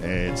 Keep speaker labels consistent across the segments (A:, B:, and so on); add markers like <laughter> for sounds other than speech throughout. A: It's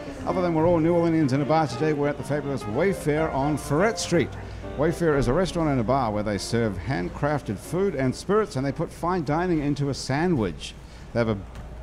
A: Other than we're all New Orleanians in a bar today, we're at the fabulous Wayfair on Ferret Street. Wayfair is a restaurant and a bar where they serve handcrafted food and spirits and they put fine dining into a sandwich. They have a,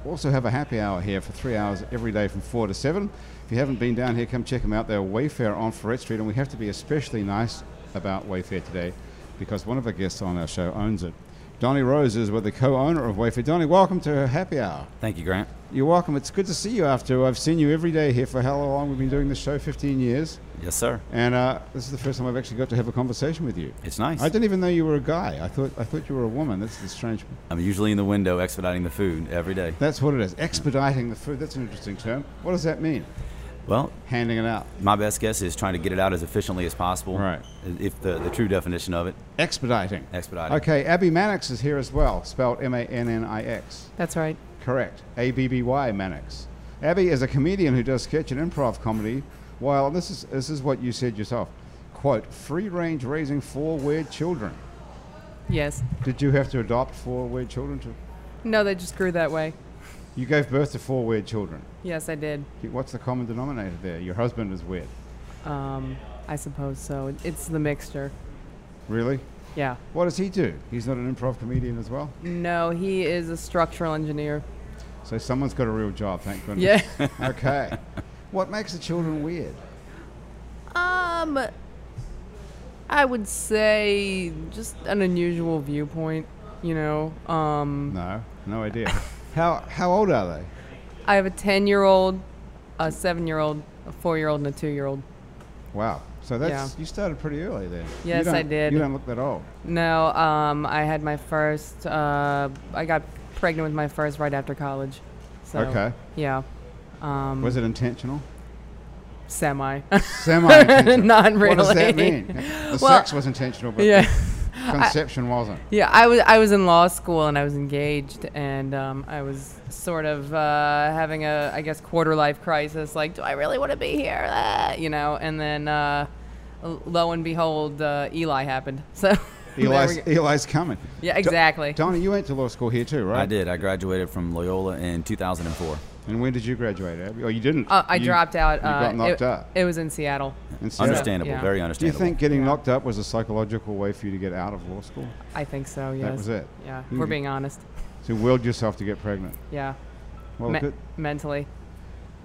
A: also have a happy hour here for three hours every day from 4 to 7. If you haven't been down here, come check them out. They're Wayfair on Ferret Street, and we have to be especially nice about Wayfair today because one of the guests on our show owns it. Donnie Rose is with the co-owner of Wayfair. Donnie, welcome to Happy Hour.
B: Thank you, Grant.
A: You're welcome. It's good to see you after I've seen you every day here for how long we've been doing this show, 15 years.
B: Yes, sir.
A: And uh, this is the first time I've actually got to have a conversation with you.
B: It's nice.
A: I didn't even know you were a guy. I thought I thought you were a woman. That's the strange.
B: I'm usually in the window expediting the food every day.
A: That's what it is. Expediting the food. That's an interesting term. What does that mean?
B: Well,
A: Handing it out.
B: my best guess is trying to get it out as efficiently as possible.
A: Right.
B: If the, the true definition of it,
A: Expediting.
B: expediting.
A: Okay. Abby Mannix is here as well, spelled M-A-N-N-I-X.
C: That's right.
A: Correct. A B B Y Mannix. Abby is a comedian who does sketch and improv comedy. While this is this is what you said yourself, quote: free range raising four weird children.
C: Yes.
A: Did you have to adopt four weird children? To
C: No, they just grew that way.
A: you gave birth to four weird children.
C: Yes, I did.
A: What's the common denominator there? Your husband is weird.
C: Um, I suppose so. It- It's the mixture.
A: Really?
C: Yeah.
A: What does he do? He's not an improv comedian as well.
C: No, he is a structural engineer.
A: So someone's got a real job. Thank goodness. <laughs>
C: Yeah.
A: okay. What makes the children weird?
C: um, I would say just an unusual viewpoint. You know, um,
A: No, no idea. How how old are they?
C: I have a ten-year-old, a seven-year-old, a four-year-old, and a two-year-old.
A: Wow. So that's you started pretty early then. You
C: Yes, I
A: don't-
C: did.
A: You don't look that old.
C: No, um, I had my first. Uh, I got pregnant with my first right after college. So,
A: Okay.
C: Yeah. Um,
A: Was it
C: <laughs>
A: intentional?
C: semi? <laughs>
A: Semi-intentional.
C: Not really.
A: What does that mean? The
C: Well,
A: sex was intentional, but
C: <laughs> yeah,
A: the conception wasn't.
C: yeah. I was I was in law school and I was engaged and um, I was sort of uh, having a I guess quarter life crisis. Like, do I really want to be here? Ah, you know. And then uh, l- lo and behold, uh, Eli happened. <laughs> So <laughs> there we
A: Eli's,
C: go.
A: Eli's coming.
C: yeah, exactly.
A: Donna, you went to law school here too, right?
B: I did. I graduated from Loyola in 2004.
A: And when did you graduate, Abby? Oh, you didn't.
C: Uh, I
A: You-
C: dropped out.
A: You
C: uh,
A: got knocked
C: it,
A: up.
C: It was in Seattle.
A: in Seattle.
B: Understandable.
C: Yeah.
B: Very
A: Do you
B: understandable.
A: think getting
C: Yeah.
A: knocked up was a psychological way for you to get out of law school?
C: I think so. Yes.
A: That was it. Hmm.
C: Yeah.
A: You
C: We're
A: did-
C: being honest.
A: So you willed yourself to get pregnant.
C: Yeah.
A: Well,
C: Me-
A: good.
C: Mentally.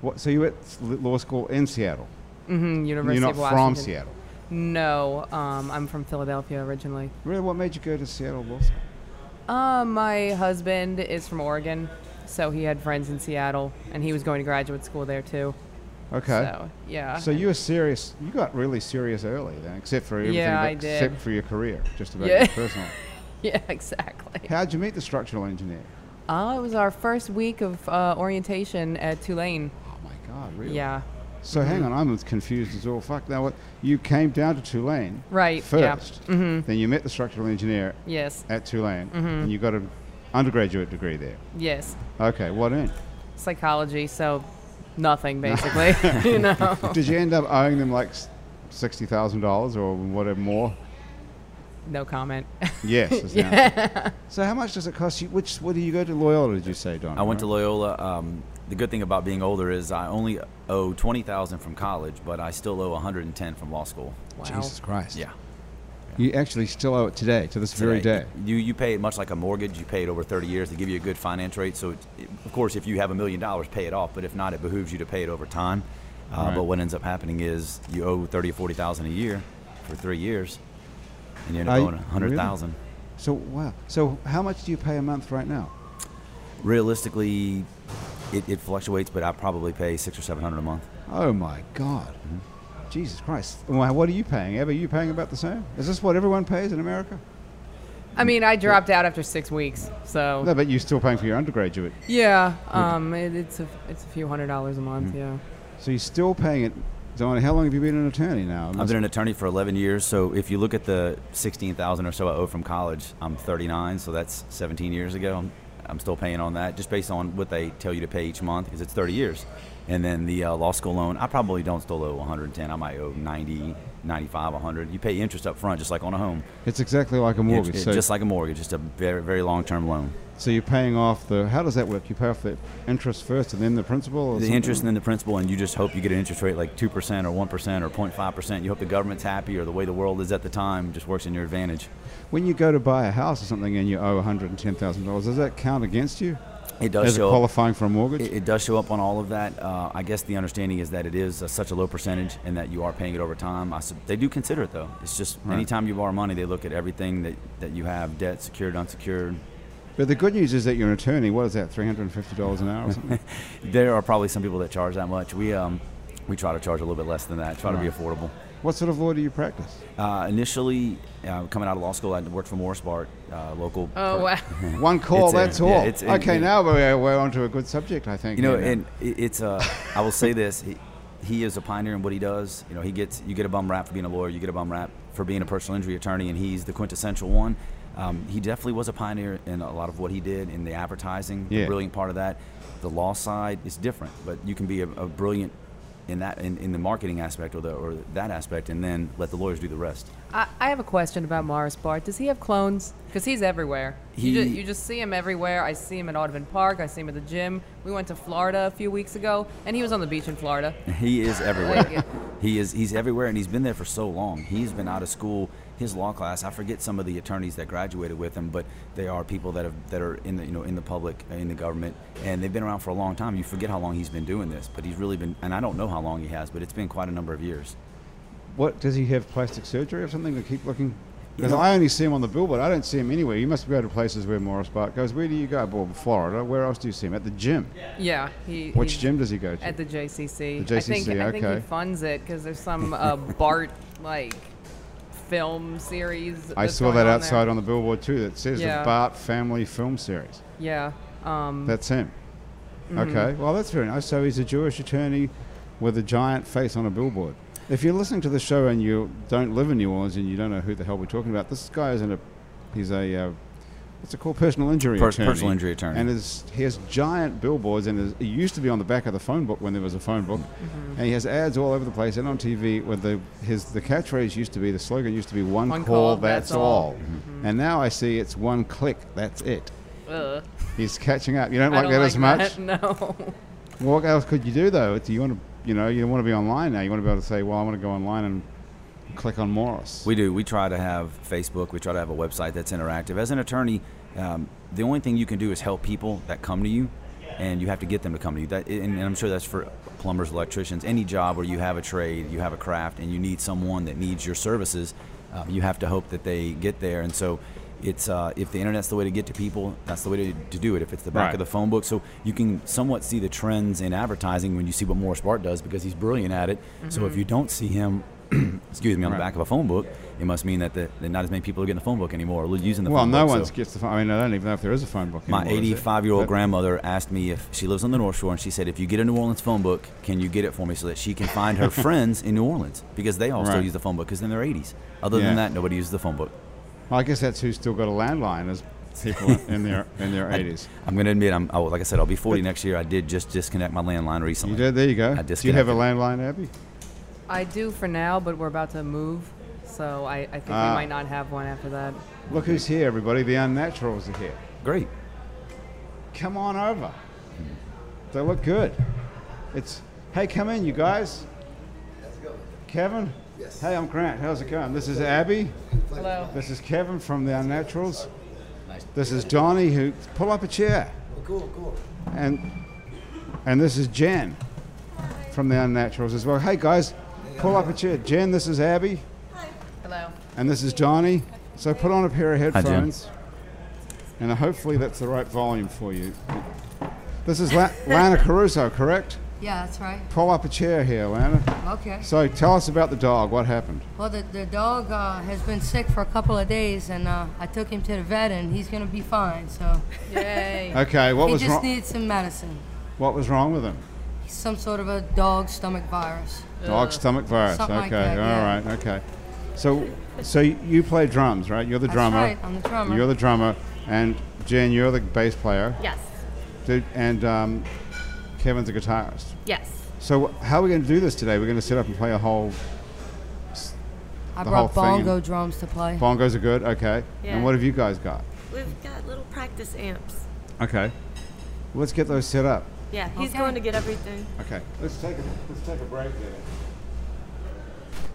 A: What, so you went to law school in Seattle.
C: hmm University
A: You're not
C: of
A: from
C: Washington.
A: Seattle.
C: No, um, I'm from Philadelphia originally.
A: Really, what made you go to Seattle law school?
C: Uh, my husband is from Oregon, so he had friends in Seattle, and he was going to graduate school there too.
A: Okay.
C: So yeah.
A: So you were serious. You got really serious early then, except for everything,
C: Yeah,
A: but
C: I did.
A: except for your career, just about
C: Yeah.
A: your
C: <laughs>
A: personal.
C: <laughs> yeah, exactly.
A: How'd you meet the structural engineer?
C: Uh, it was our first week of uh, orientation at Tulane.
A: Oh my God, really?
C: Yeah. Mm-hmm.
A: So hang on, I'm as confused as all fuck. Now, what? You came down to Tulane
C: Right. yeah. Mm-hmm.
A: first, then you met the structural engineer
C: Yes.
A: at Tulane,
C: Mm-hmm.
A: and you got an undergraduate degree there.
C: Yes.
A: Okay, what in?
C: <laughs> Psychology. So nothing basically.
A: <laughs>
C: <laughs> you know.
A: Did you end up owing them like s- sixty thousand dollars or whatever more? <laughs>
C: No comment.
A: Yes.
C: <laughs>
A: is the answer. So how much does it cost you? Which? What do you go to Loyola? Did you say, Don?
B: I went to Loyola. Um, the good thing about being older is I only owe 20,000 from college, but I still owe 110 from law school.
C: wow.
A: Jesus Christ.
B: Yeah.
A: You actually still owe it today, to this very
B: today.
A: day.
B: You you pay it much like a mortgage. You pay it over 30 years. They give you a good finance rate. So, it, it- of course, if you have a million dollars, pay it off. But if not, it behooves you to pay it over time. Uh,
A: Right.
B: But what ends up happening is you owe 30 or 40 thousand a year for three years, and you end up
A: Are you-
B: owing 100 thousand.
A: So wow. So how much do you pay a month right now?
B: Realistically, it, it fluctuates, but I probably pay six or seven hundred a month.
A: Oh my God. Jesus Christ. Why, what are you paying? Ever you paying about the same? Is this what everyone pays in America?
C: I mean, I dropped out after six weeks,
B: Oh.
C: so
A: No, but you're still paying for your undergraduate. Hmm.
C: yeah. Um, it, it's a it's a few hundred dollars a month. Yeah.
A: So you're still paying it Diana, how long have you been an attorney now?
B: I've been an attorney for 11 years, so if you look at the 16,000 or so I owe from college, I'm 39, so that's 17 years ago. I'm, I'm still paying on that, just based on what they tell you to pay each month, because it's 30 years. And then the uh, law school loan, I probably don't still owe 110. I might owe 90, 95, 100. You pay interest up front, just like on a home,
A: it's exactly like a mortgage.
B: It's- it's
A: so,
B: just like a mortgage, just a very, very long-term loan.
A: so you're paying off the. How does that work? You pay off the interest first and then the principal? Or
B: the
A: something?
B: interest and then the principal, and you just hope you get an interest rate like 2% or 1% or 0.5%. You hope the government's happy or the way the world is at the time just works in your advantage.
A: When you go to buy a house or something and you owe $110,000, does that count against you
B: It
A: as
B: does show up.
A: qualifying for a mortgage?
B: It, it does show up on all of that. Uh, I guess the understanding is that it is uh, such a low percentage and that you are paying it over time. I, sub- they do consider it though. It's just
A: Right.
B: anytime you borrow money, they look at everything that, that you have debt, secured, unsecured.
A: but the good news is that you're an attorney. What is that, $350 an hour or
B: <laughs>
A: something?
B: There are probably some people that charge that much. We, um, we try to charge a little bit less than that, try to be
A: Right.
B: affordable.
A: what sort of law do you
B: <laughs>
A: practice?
B: Uh, initially, uh, coming out of law school, I worked for Morrisbart, uh, local.
C: Oh
B: per-
C: wow.
A: One call,
B: It's a-
A: that's all.
B: yeah, it's-
A: okay,
B: it-
A: now we're, we're on to a good subject, I think.
B: You know,
A: Yeah.
B: and it- it's uh, I will say this: he, he is a pioneer in what he does. You know, he gets you get a bum rap for being a lawyer, you get a bum rap for being a personal injury attorney, and he's the quintessential one. Um, he definitely was a pioneer in a lot of what he did in the advertising,
A: Yeah.
B: the brilliant part of that. The law side is different, but you can be a, a brilliant in that in, in the marketing aspect or the or that aspect, and then let the lawyers do the rest.
C: I, I have a question about Morris Bart. Does he have clones? Because he's everywhere. you,
B: He-
C: just, you just see him everywhere. I see him in Audubon Park. I see him at the gym. We went to Florida a few weeks ago, and he was on the beach in Florida.
B: He is
C: Thank you.
B: everywhere. he is he's everywhere and he's been there for so long. He's been out of school. His law class, I forget some of the attorneys that graduated with him, but they are people that have that are in the you know in the public, uh, in the government, and they've been around for a long time. You forget how long he's been doing this, but he's really been and I don't know how long he has, but it's been quite a number of years.
A: What does he have? Plastic surgery or something to keep looking? Because
B: You know-
A: I only see him on the billboard. I don't see him anywhere. You must go to places where Morris Bart goes. Where do you go? Well, Florida. Where else do you see him? At the gym.
C: Yeah. He,
A: Which
C: he's
A: gym does he go to?
C: At the JCC.
A: The
C: I think,
A: JCC,
C: I think he
A: okay.
C: funds it because there's
A: <laughs>
C: some uh, Bart like film series.
A: I
C: that's
A: saw
C: going
A: that
C: on there.
A: outside on the billboard too. That says the
C: Yeah.
A: Bart Family Film Series.
C: Yeah.
A: <laughs>
C: Um,
A: That's him. Okay. Well, that's very nice. So he's a Jewish attorney with a giant face on a billboard. If you're listening to the show and you don't live in New Orleans and you don't know who the hell we're talking about, this guy is in a he's a uh, what's it called personal injury
B: Per-
A: attorney.
B: personal injury attorney.
A: And his, he has giant billboards and his, he used to be on the back of the phone book when there was a phone book, and he has ads all over the place and on TV. With the his the catchphrase used to be the slogan used to be one,
C: One
A: call, that's, all, Mm-hmm.
C: all."
A: and now I see it's one click that's it.
C: uh,
A: He's catching up. You don't like
C: I don't
A: that
C: like
A: as much.
C: that, <laughs> No.
A: Well, What else could you do though? Do you want to, you know, you want to be online now? You want to be able to say, "Well, I want to go online and click on Morris."
B: We do. We try to have Facebook. We try to have a website that's interactive. As an attorney, um, the only thing you can do is help people that come to you, and you have to get them to come to you. That, and, and I'm sure that's for plumbers, electricians, any job where you have a trade, you have a craft, and you need someone that needs your services. Um, you have to hope that they get there. And so, it's uh, if the internet's the way to get to people, that's the way to, to do it. If it's the back
A: Right.
B: of the phone book, so you can somewhat see the trends in advertising when you see what Morris Bart does because he's brilliant at it. So if you don't see him. Excuse me, on
A: Right.
B: the back of a phone book, it must mean that, the, that not as many people are getting the phone book anymore or using the
A: well,
B: phone
A: no
B: book.
A: one
B: so
A: gets the phone. I mean, I don't even know if there is a phone book.
B: my
A: anymore, is there?
B: 85 year old
A: But-
B: grandmother asked me if she lives on the North Shore, and she said, If you get a New Orleans phone book, can you get it for me so that she can find
A: <laughs>
B: her friends in New Orleans? Because they all still
A: Right.
B: use the phone book because they're in their 80s. Other
A: Yeah.
B: than that, nobody uses the phone book.
A: Well, I guess that's who's still got a landline is
B: <laughs>
A: people in their in their eighties.
B: I'm going to admit, I'm, I, like I said, I'll be 40 next year. I did just disconnect my landline recently.
A: You did. There you go.
B: I
A: do you have a landline, Abby?
C: I do for now, but we're about to move, so I, I think
A: Ah.
C: we might not have one after that.
A: Look who's here, everybody. The Unnaturals are here.
B: Great.
A: Come on over. They look good. It's hey, come in, you guys. Kevin. Yes. Hey, I'm Grant. How's it going? This is Abby.
C: Hello.
A: This is Kevin from the Unnaturals. This is Donnie who pull up a chair.
D: Cool, cool.
A: And and this is Jen from the Unnaturals as well. Hey guys, pull up a chair. Jen, this is Abby
C: Hello.
A: and this is Donnie. So put on a pair of
B: Jen.
A: headphones. and hopefully that's the right volume for you. This is
E: <laughs>
A: La- Lana Caruso, correct?
E: Yeah, that's right.
A: Pull up a chair here, Lana.
E: Okay.
A: So tell us about the dog. What happened?
E: Well, the, the dog uh, has been sick for a couple of days, and uh, I took him to the vet, and he's gonna be fine. So
C: Yay.
A: Okay, what
E: he
A: was
E: just
A: wrong?
E: needs some medicine.
A: what was wrong with him?
E: He's some sort of a dog stomach virus.
A: Dog stomach virus.
E: Uh, Something
A: okay.
E: like that, yeah.
A: All right. Okay. So, so you play drums, right? You're the
E: That's
A: drummer.
E: right, I'm the drummer.
A: You're the drummer, and Jen, you're the bass player,
D: Yes.
A: Dude, and um, Kevin's a guitarist.
D: Yes.
A: So, how are we going to do this today? We're going to sit up and play a whole
E: I
A: The
E: brought
A: whole thing.
E: bongo drums to play.
A: bongos are good. Okay.
D: Yeah.
A: And what have you guys got?
D: We've got little practice amps.
A: Okay. Let's get those set up.
D: Yeah, he's
E: Okay.
D: going to get everything.
A: Okay, let's take a, let's take a break there.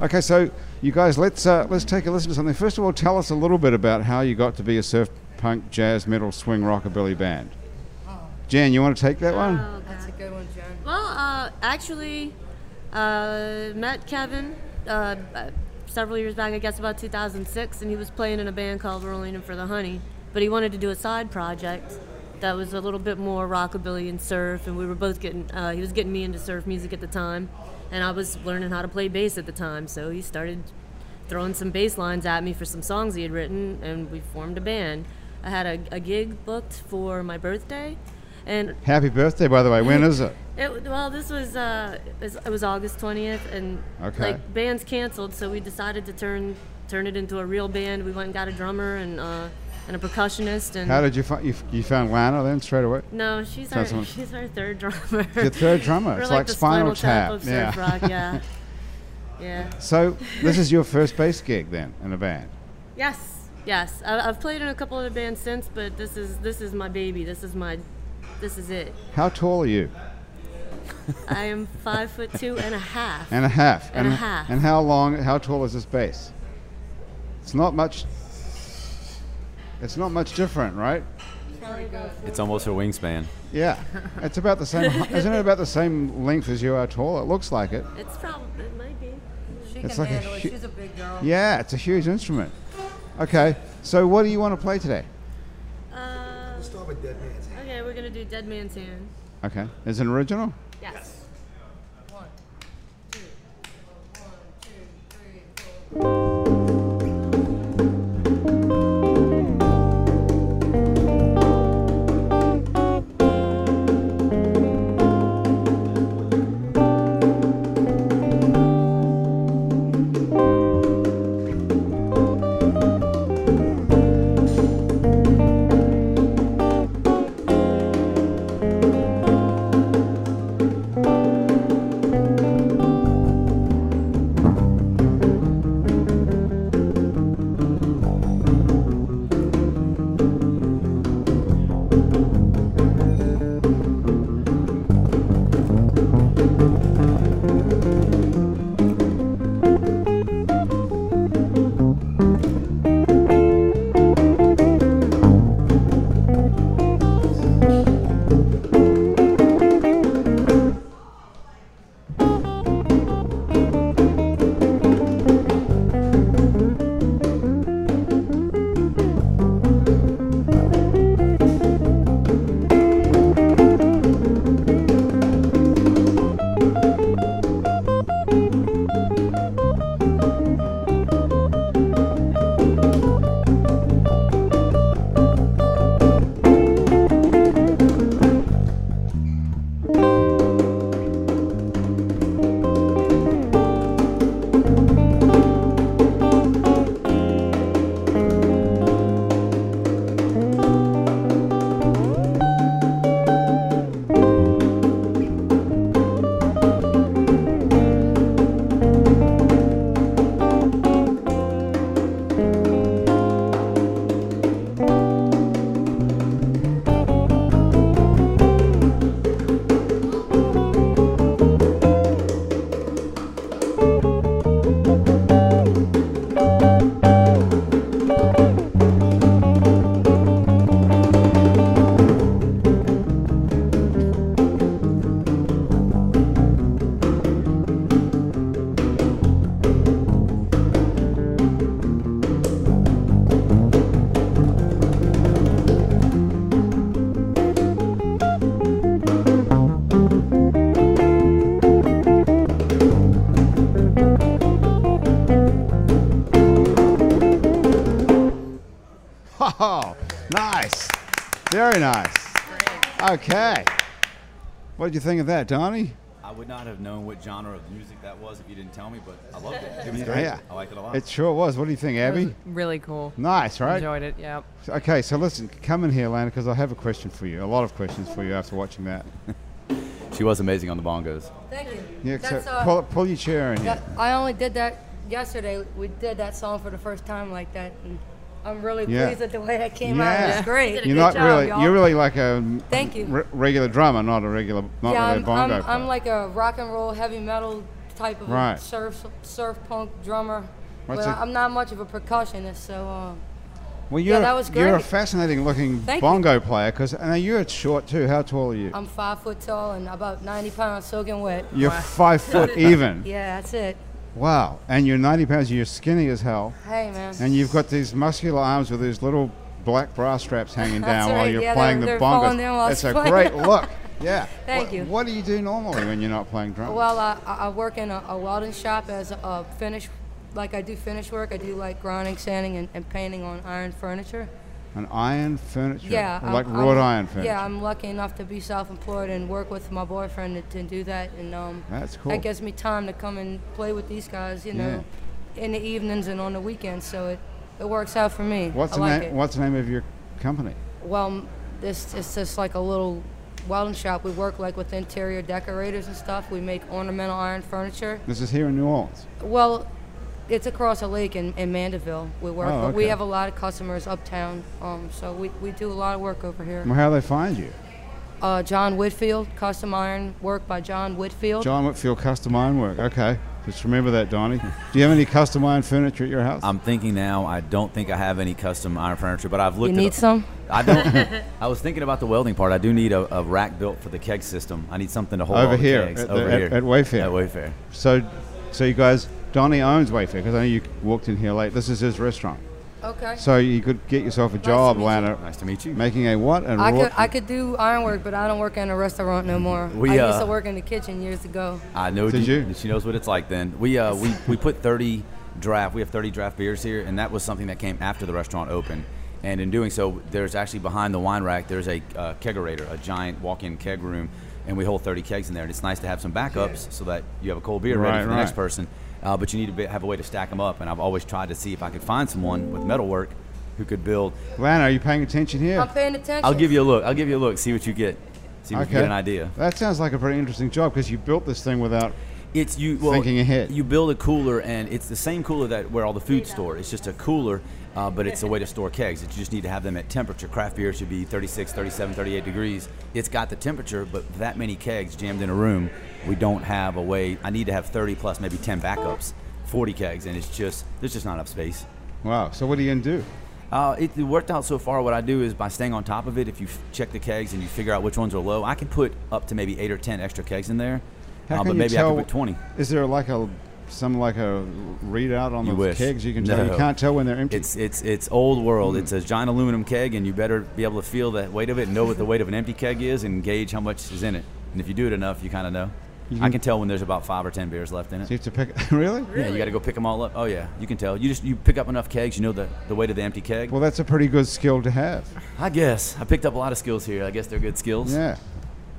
A: Okay, so you guys, let's uh, let's take a listen to something. First of all, tell us a little bit about how you got to be a surf punk, jazz, metal, swing, rockabilly band. Jan, you want to take that one?
E: That's a good one, Jen.
D: Well, uh, actually, uh, met Kevin uh, uh, several years back, I guess about 2006, and he was playing in a band called Rolling In For The Honey. But he wanted to do a side project that was a little bit more rockabilly and surf, and we were both getting, uh, he was getting me into surf music at the time, and I was learning how to play bass at the time, so he started throwing some bass lines at me for some songs he had written, and we formed a band. I had a, a gig booked for my birthday, and
A: Happy birthday, by the way. When is it?
D: it, well, this was uh, it was August twentieth, and
A: Okay.
D: like bands canceled, so we decided to turn turn it into a real band. We went and got a drummer and uh, and a percussionist, and
A: How did you find you, f- you found Lana then straight away?
D: no, she's
A: Sounds
D: our
A: like-
D: she's our third drummer.
A: Your third drummer.
D: We're
A: It's like
D: the
A: Spinal Tap,
D: of
A: yeah.
D: surf
A: <laughs>
D: rock. Yeah, yeah.
A: So this is your first bass gig then in a band.
D: Yes, yes. I, I've played in a couple other bands since, but this is this is my baby. This is my this is it.
A: How tall are you?
D: I am five foot two and a half.
A: And a half.
D: And a half.
A: And how long? How tall is this bass? It's not much. It's not much different, right?
B: It's almost her wingspan.
D: <laughs>
A: Yeah, it's about the same. hei- Isn't it about the same length as you are tall? It looks like it.
D: It's probably it might be.
E: She
A: It's
E: can
A: like a
E: handle it.
A: hu-
E: She's a big girl.
A: Yeah, it's a huge instrument. Okay, so what do you want to play today?
D: Uh,
F: Start with Dead Man's Hand.
D: Okay, we're gonna do Dead Man's Hand.
A: Okay, is it an original?
D: Yes.
A: Oh, nice, very nice. Okay, what did you think of that, Donnie?
B: would not have known what genre of music that was if you didn't tell me, but I loved it. It was great.
A: Yeah.
B: I liked it a lot.
A: It sure was. What do you think,
C: It
A: <laughs>
C: was
A: Abby?
C: really cool.
A: Nice, right?
C: Enjoyed it. Yep.
A: Okay, so listen, come in here, Lana, because I have a question for you. A lot of questions for you after watching that.
B: she was amazing on the bongos.
E: Thank you.
A: Yeah, so
E: That's, uh,
A: pull, pull your chair in here.
E: that- I only did that yesterday. We did that song for the first time like that, and I'm really
A: Yeah.
E: pleased at the way that came
A: Yeah.
E: out. It's great.
A: You're not
D: job,
A: really.
E: y'all.
A: You're really like a
E: Thank you.
A: re- regular drummer, not a regular, not
E: yeah,
A: really a
E: I'm,
A: bongo.
E: I'm, I'm
A: player.
E: like a rock and roll heavy metal type of
A: Right.
E: surf surf punk drummer.
A: What's
E: but
A: it-
E: I'm not much of a percussionist, so uh,
A: well, you're,
E: that was
A: You're a
E: great.
A: fascinating looking
E: Thank you.
A: bongo player 'cause player because now you're short too. How tall are you?
E: I'm five foot tall and about 90 pounds soaking wet.
A: you're five foot even.
E: <laughs> Yeah, that's it.
A: Wow. And you're 90 pounds. You're skinny as hell.
E: Hey, man.
A: And you've got these muscular arms with these little black brass straps hanging
E: That's
A: down while
E: right,
A: you're
E: yeah,
A: playing
E: they're-
A: the
E: they're falling
A: bongos.
E: down while I
A: That's
E: was
A: a
E: playing.
A: great
E: <laughs>
A: look. Yeah.
E: Thank
A: What-
E: you.
A: What do you do normally when you're not playing drums?
E: Well, I, I I work in a, a welding shop as a, a finish, like I do finish work. I do like grinding, sanding, and, and painting on iron furniture.
A: An iron furniture.
E: Yeah,
A: Like wrought iron furniture.
E: Yeah, I'm lucky enough to be self-employed and work with my boyfriend to, to do that, and um,
A: That's cool.
E: That gives me time to come and play with these guys, you know, in the evenings and on the weekends. So it, it works out for me.
A: What's
E: I
A: the
E: like
A: name?
E: it.
A: What's the name of your company?
E: Well, m- this it's just like a little welding shop. We work like with interior decorators and stuff. We make ornamental iron furniture.
A: This is here in New Orleans.
E: Well, it's across a lake in, in Mandeville. We work,
A: Oh,
E: but we
A: okay.
E: have a lot of customers uptown. Um, so we, we do a lot of work over here.
A: Well, how do they find you?
E: Uh, John Whitfield, custom iron work by John Whitfield.
A: John Whitfield Custom Ironwork. Okay, just remember that, Donnie. Do you have any custom iron furniture at your house?
B: I'm thinking now. I don't think I have any custom iron furniture, but I've looked.
E: you
B: at
E: need some?
B: I
E: <laughs>
B: don't. I was thinking about the welding part. I do need a, a rack built for the keg system. I need something to hold
A: Over
B: all the
A: here,
B: kegs
A: at the-
B: over
A: at-
B: here
A: at Wayfair.
B: At Wayfair.
A: so, so you guys, Donnie owns Wayfair because I know you walked in here late. This is his restaurant.
E: Okay.
A: So you could get yourself a
E: to
A: job,
E: meet you.
A: Lana,
B: Nice to meet you.
A: making a what? And
E: I could I could do iron work, but I don't work in a restaurant no more.
B: We,
E: I used
B: uh,
E: to work in the kitchen years ago.
B: I know.
A: Did
B: you-
A: you?
B: She knows what it's like. Then we
A: <laughs>
B: uh, we we put 30 draft. We have 30 draft beers here, and that was something that came after the restaurant opened. And in doing so, there's actually behind the wine rack, there's a uh, kegerator, a giant walk-in keg room, and we hold 30 kegs in there. And it's nice to have some backups so that you have a cold beer
A: Right,
B: ready for the
A: right.
B: next person. Uh, but you need to be, have a way to stack them up. And I've always tried to see if I could find someone with metalwork who could build.
A: Lana, are you paying attention here?
E: I'm paying attention.
B: I'll give you a look. I'll give you a look. See what you get. See if you can get an idea.
A: That sounds like a pretty interesting job because you built this thing without.
B: It's you well,
A: Thinking ahead.
B: You build a cooler, and it's the same cooler that where all the food store. It's just a cooler, uh, but it's a way to store kegs. That you just need to have them at temperature. Craft beer should be 36, 37, 38 degrees. It's got the temperature, but that many kegs jammed in a room, we don't have a way. I need to have 30 plus, maybe 10 backups, 40 kegs, and it's just there's just not enough space.
A: Wow. So what are you gonna do?
B: Uh, it worked out so far. What I do is by staying on top of it. If you f- check the kegs and you figure out which ones are low, I can put up to maybe eight or 10 extra kegs in there.
A: How
B: uh,
A: can
B: but
A: you
B: maybe I
A: tell-
B: can put 20.
A: Is there like a some like a readout on
B: You
A: the
B: wish.
A: kegs you can tell? You
B: No.
A: can't tell when they're empty.
B: It's it's it's old world. It's a giant aluminum keg, and you better be able to feel the weight of it, and know what the weight of an empty keg is, and gauge how much is in it. And if you do it enough, you kind of know. I can tell when there's about five or ten beers left in it.
A: you have to pick. <laughs> really?
B: Yeah, you got to go pick them all up. Oh yeah, you can tell. You just you pick up enough kegs, you know the, the weight of the empty keg.
A: Well, that's a pretty good skill to have.
B: I guess I picked up a lot of skills here. I guess they're good skills.
A: Yeah.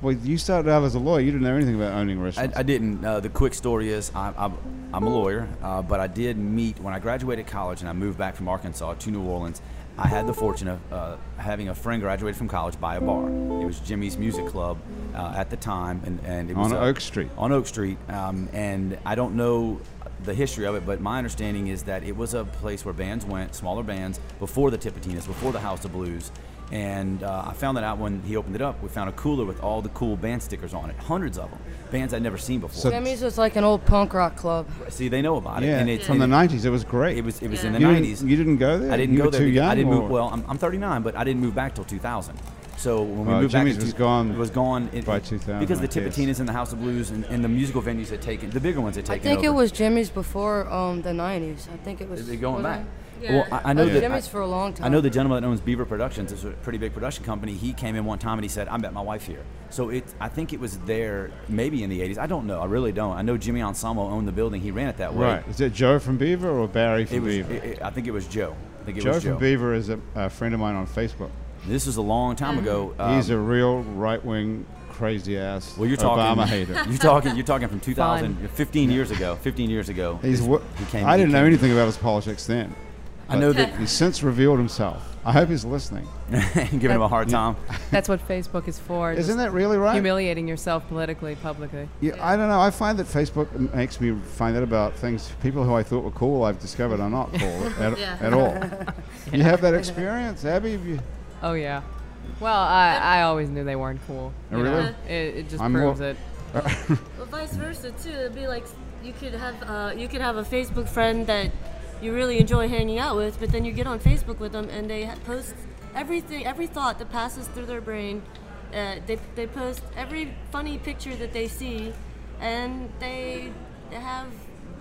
A: Well, you started out as a lawyer. You didn't know anything about owning
B: I,
A: restaurants.
B: I didn't. Uh, the quick story is I, I, I'm a lawyer, uh, but I did meet when I graduated college and I moved back from Arkansas to New Orleans. I had the fortune of uh, having a friend graduate from college by a bar. It was Jimmy's Music Club uh, at the time, and, and it was
A: On
B: uh,
A: Oak Street.
B: On Oak Street, um, and I don't know the history of it, but my understanding is that it was a place where bands went, smaller bands, before the Tipitinas, before the House of Blues. And uh, I found that out when he opened it up. We found a cooler with all the cool band stickers on it, hundreds of them, bands I'd never seen before.
A: So-
E: Jimmy's was like an old punk rock club.
B: See, they know about it.
A: yeah,
B: and it's
A: from the
B: and
A: '90s, it was great.
B: It, it was it was in the
A: you
B: nineties.
A: Didn't, you didn't go there.
B: I didn't
A: you
B: go
A: were
B: there.
A: Too
B: because
A: young.
B: I didn't
A: or-
B: move. Well, I'm, I'm 39, but I didn't move back till 2000. So when we
A: Well,
B: moved
A: Uh, Jimmy's
B: back, to
A: was
B: two-
A: gone
B: Was gone in-
A: by 2000,
B: because
A: I
B: the
A: guess.
B: Tipitinas and the House of Blues and, and the musical venues had taken the bigger ones had
E: I
B: taken.
E: think it
B: over.
E: was Jimmy's before um, the 90s. I think it was.
B: They're going
E: wasn't
B: back.
E: it?
D: Yeah.
B: Well, I, I know
E: Oh,
B: that
E: Jimmy's
B: I,
E: for a long
B: I know
E: time.
B: the gentleman that owns Beaver Productions is a pretty big production company. He came in one time and he said, "I met my wife here." So it, I think it was there maybe in the '80s. I don't know. I really don't. I know Jimmy Ensemble owned the building. He ran it that way.
A: Right. Is it Joe from Beaver or Barry from
B: It was.
A: Beaver?
B: it- it- I think it was Joe. I think it
A: Joe
B: was Joe.
A: from Beaver is a, a friend of mine on Facebook.
B: This was a long time ago. Um,
A: He's a real right-wing crazy ass
B: Well, you're talking.
A: Obama hater.
B: <laughs> You're talking. You're talking from 2000, 15 years ago. 15 years ago.
A: He's. Wor-
B: He came-
A: I
B: he
A: didn't know
B: came-
A: anything about his politics then.
B: I know
A: but He's since revealed himself. I hope he's listening.
B: <laughs> that. giving him a
A: <laughs>
B: hard time.
C: That's what Facebook is for.
A: Isn't
C: just
A: that really right?
C: humiliating yourself politically, publicly?
A: Yeah, I don't know. I find that Facebook m- makes me find out about things. People who I thought were cool, I've discovered are not cool
B: <laughs>
A: at,
D: Yeah.
A: at all. You have that experience, Abby? Have you-
C: Oh yeah. Well, I, I always knew they weren't cool. you know?
A: Oh, Really?
C: It, it just
A: I'm more-
C: proves it.
D: Well, vice versa too. It'd be like you could have uh, you could have a Facebook friend that you really enjoy hanging out with, but then you get on Facebook with them and they ha- post everything, every thought that passes through their brain. Uh, they they post every funny picture that they see, and they have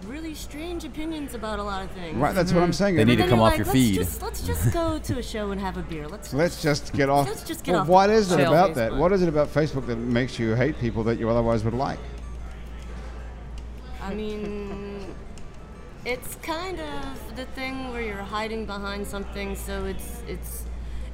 D: really strange opinions about a lot of things.
A: right, that's what I'm saying.
B: They
D: But
B: need to
D: then
B: come
D: you're
B: off your
D: like, let's
B: feed."
D: Just, let's just go to a show and have a
B: <laughs>
D: beer.
A: <laughs>
D: Let's
A: Let's just get off.
D: Let's just get
A: well,
D: off
A: What is it
C: Chill
A: about that?
C: Facebook.
A: What is it about Facebook that makes you hate people that you otherwise would like?
D: I mean, it's kind of the thing where you're hiding behind something, so it's it's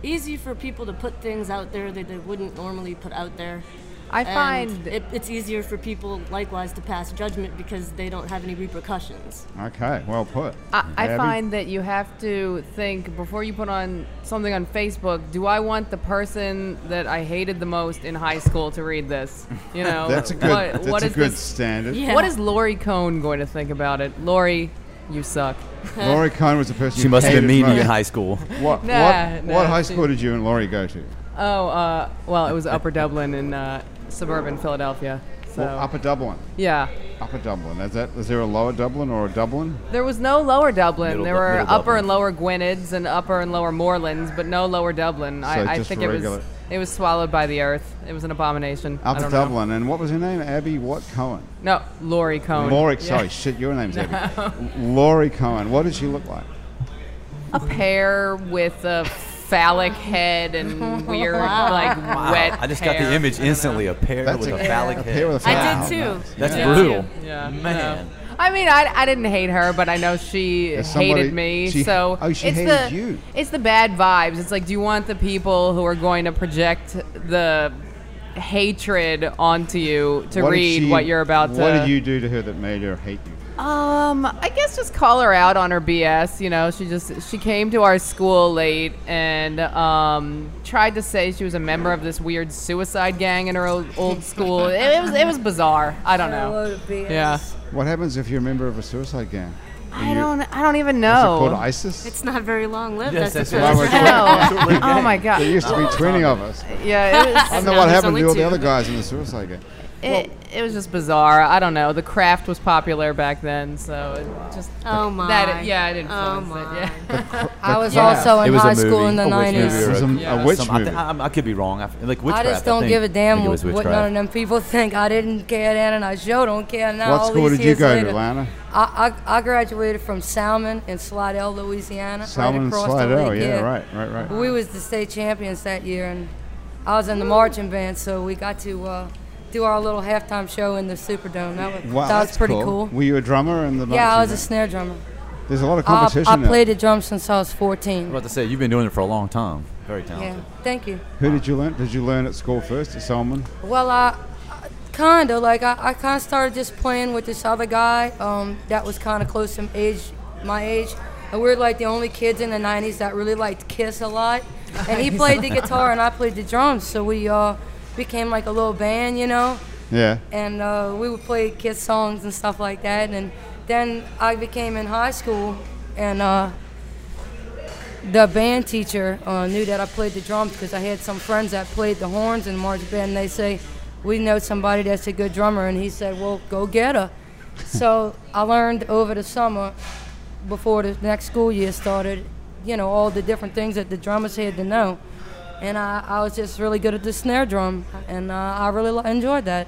D: easy for people to put things out there that they wouldn't normally put out there.
C: I
D: And
C: find
D: it, it's easier for people likewise to pass judgment because they don't have any repercussions.
A: Okay, well put.
C: I, I
A: Abby?
C: find that you have to think before you put on something on Facebook. Do I want the person that I hated the most in high school to read this?
A: <laughs>
C: You know,
A: that's a good.
C: What,
A: that's
C: what
A: a
C: is
A: good
C: this?
A: standard.
D: Yeah.
C: What is Lori Cohn going to think about it? Lori, you suck.
A: Laurie Cohn was the person.
B: She must have been mean to you in
A: high
B: high school.
A: What,
C: Nah,
A: what,
C: nah,
A: what high
C: she-
A: school did you and Laurie go to?
C: Oh, uh, well, it was Upper Dublin in uh, suburban Philadelphia. So
A: Well, Upper Dublin.
C: yeah,
A: Upper Dublin. Is that? Is there a lower Dublin or a Dublin?
C: there was no Lower Dublin.
B: Middle
C: there
B: Du-
C: were
B: Middle
C: Upper
B: Dublin.
C: and Lower Gwynedds and Upper and Lower Morelands, but no Lower Dublin.
A: So
C: I, I
A: just
C: think it
A: regular-
C: was it was swallowed by the earth. It was an abomination. I
A: Upper
C: don't know.
A: Dublin. And what was her name? Abby what Cohen?
C: No, Lori Cohn.
A: Laurie.
C: Oh, Yeah.
A: Sorry, shit. Your name's Abby. Laurie Cohen. What did she look like?
C: A pear with a phallic head and weird, like wet.
B: I just got the
C: hair.
B: image instantly. A pair
A: That's
B: with
A: a-
B: a phallic
A: a
B: head.
A: pair with a
D: I
A: Wow,
D: did too.
A: nice.
B: That's
C: Yeah.
B: brutal.
C: Yeah,
B: Man.
C: no. I mean, I, I didn't hate her, but I know she
A: There's somebody-
C: hated me.
A: she-
C: so
A: oh, she
C: it's
A: hated
C: the
A: you.
C: it's the bad vibes. It's like, do you want the people who are going to project the hatred onto you to
A: What did
C: read
A: she-
C: what you're about to?
A: What did you do to her that made her hate you?
C: Um, I guess just call her out on her BS. You know, she just she came to our school late and um, tried to say she was a member of this weird suicide gang in her old, old school. it, it was it was bizarre. I don't know. Yeah.
A: What happens if you're a member of a suicide gang? Are
C: I
A: you-
C: don't I don't even
A: Is it
C: <laughs>
A: called
C: know.
A: ISIS?
D: It's not very long lived,
B: Yes,
D: I
B: that's
A: Why
D: suppose.
A: would- <laughs>
C: No. oh my
A: There
C: god.
A: used to be 20 of us.
C: Yeah. It was,
A: <laughs> I don't know
D: Now
A: what
D: there's
A: happened
D: only
A: to all the
D: two.
A: other guys in the suicide gang.
C: it, it was just bizarre. I don't know. The craft was popular back then, so it just
D: Oh
C: <laughs>
D: my.
C: that it, yeah, it influenced
D: Oh
C: it.
D: my.
C: Yeah.
E: I was
B: Yeah.
E: also
B: It
E: in
B: was a
E: high school
B: movie.
E: in the
B: A witch movie
A: It
B: or
E: 90s.
A: was a,
C: Yeah.
A: a witch
B: Some- I,
A: movie.
B: thi- I, I could be wrong. I, f- like
E: I
B: witchcraft.
E: just don't
B: think.
E: give a
B: I
E: damn
B: think it
E: what,
B: was
E: what
B: witchcraft.
E: none of them people <laughs> think. I didn't care then, and I sure don't care now.
A: What
E: Oh, all
A: school
E: these
A: did you
E: years
A: go
E: later.
A: to, Lana?
E: I, I, I graduated from Salmon in Slidell, Louisiana.
A: Salmon
E: right
A: and
E: across
A: Slidell.
E: The lake,
A: yeah, right, right, right.
E: We was the state champions that year, and I was in the marching band, so we got to uh, do our little halftime show in the Superdome. That was,
A: Wow,
E: that was
A: that's
E: pretty
A: cool.
E: cool.
A: Were you a drummer in the
E: Yeah, I was
A: marching
E: a snare drummer.
A: band? There's a lot of
E: I,
A: competition.
E: I
A: now.
E: played the drums since I was
B: I
E: 14.
B: was about to say you've been doing it for a long time. Very
E: Yeah,
B: talented.
E: thank you.
A: Who did you learn? Did you learn at school first at Salmon?
E: Well, I, I kind of like I, I kind of started just playing with this other guy um, that was kind of close to age, my age, and we were like the only kids in the '90s that really liked Kiss a lot. And he played the guitar and I played the drums, so we uh, became like a little band, you know.
A: Yeah.
E: And uh, we would play Kiss songs and stuff like that. And then I became in high school, and uh, the band teacher uh, knew that I played the drums because I had some friends that played the horns in March band. And they say, "We know somebody that's a good drummer," and he said, "Well, go get her." so I learned over the summer, before the next school year started, you know, all the different things that the drummers had to know, and I, I was just really good at the snare drum, and uh, I really li- enjoyed that.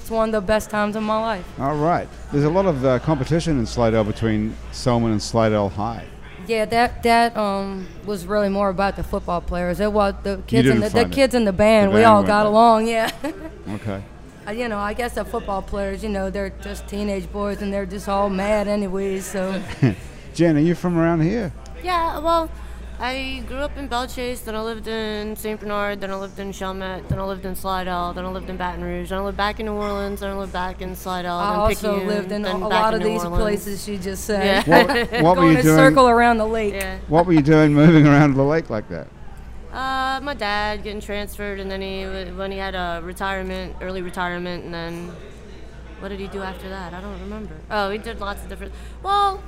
E: It's one of the best times of my life.
A: All right. There's a lot of uh, competition in Slidell between Salmon and Slidell High.
E: Yeah, that that um was really more about the football players. It was the kids
A: didn't
E: in the, the
A: find it.
E: kids in the band.
A: The
E: we
A: band
E: all
A: went
E: got
A: up.
E: along. <laughs> Yeah,
A: Okay.
E: Uh, you know, I guess the football players. You know, they're just teenage boys and they're just all mad anyways. So <laughs>
A: Jen, are you from around here?
D: Yeah, well, I grew up in Belchase, then I lived in St. Bernard, then I lived in Chalmette, then I lived in Slidell, then I lived in Baton Rouge, then I lived back in New Orleans, then I lived back in Slidell,
E: I
D: then
E: also
D: Picayune,
E: lived in a
D: then
E: a
D: back
E: lot
D: in
E: of
D: New
E: these
D: Orleans.
E: places she just said. <laughs>
D: Yeah.
A: What, what were
E: Going
A: you
E: a
A: doing?
E: circle around the lake.
D: Yeah.
A: What were you doing moving around the lake like that?
D: Uh, my dad getting transferred, and then he when he had a retirement, early retirement, and then what did he do after that? I don't remember. Oh, he did lots of different. Well,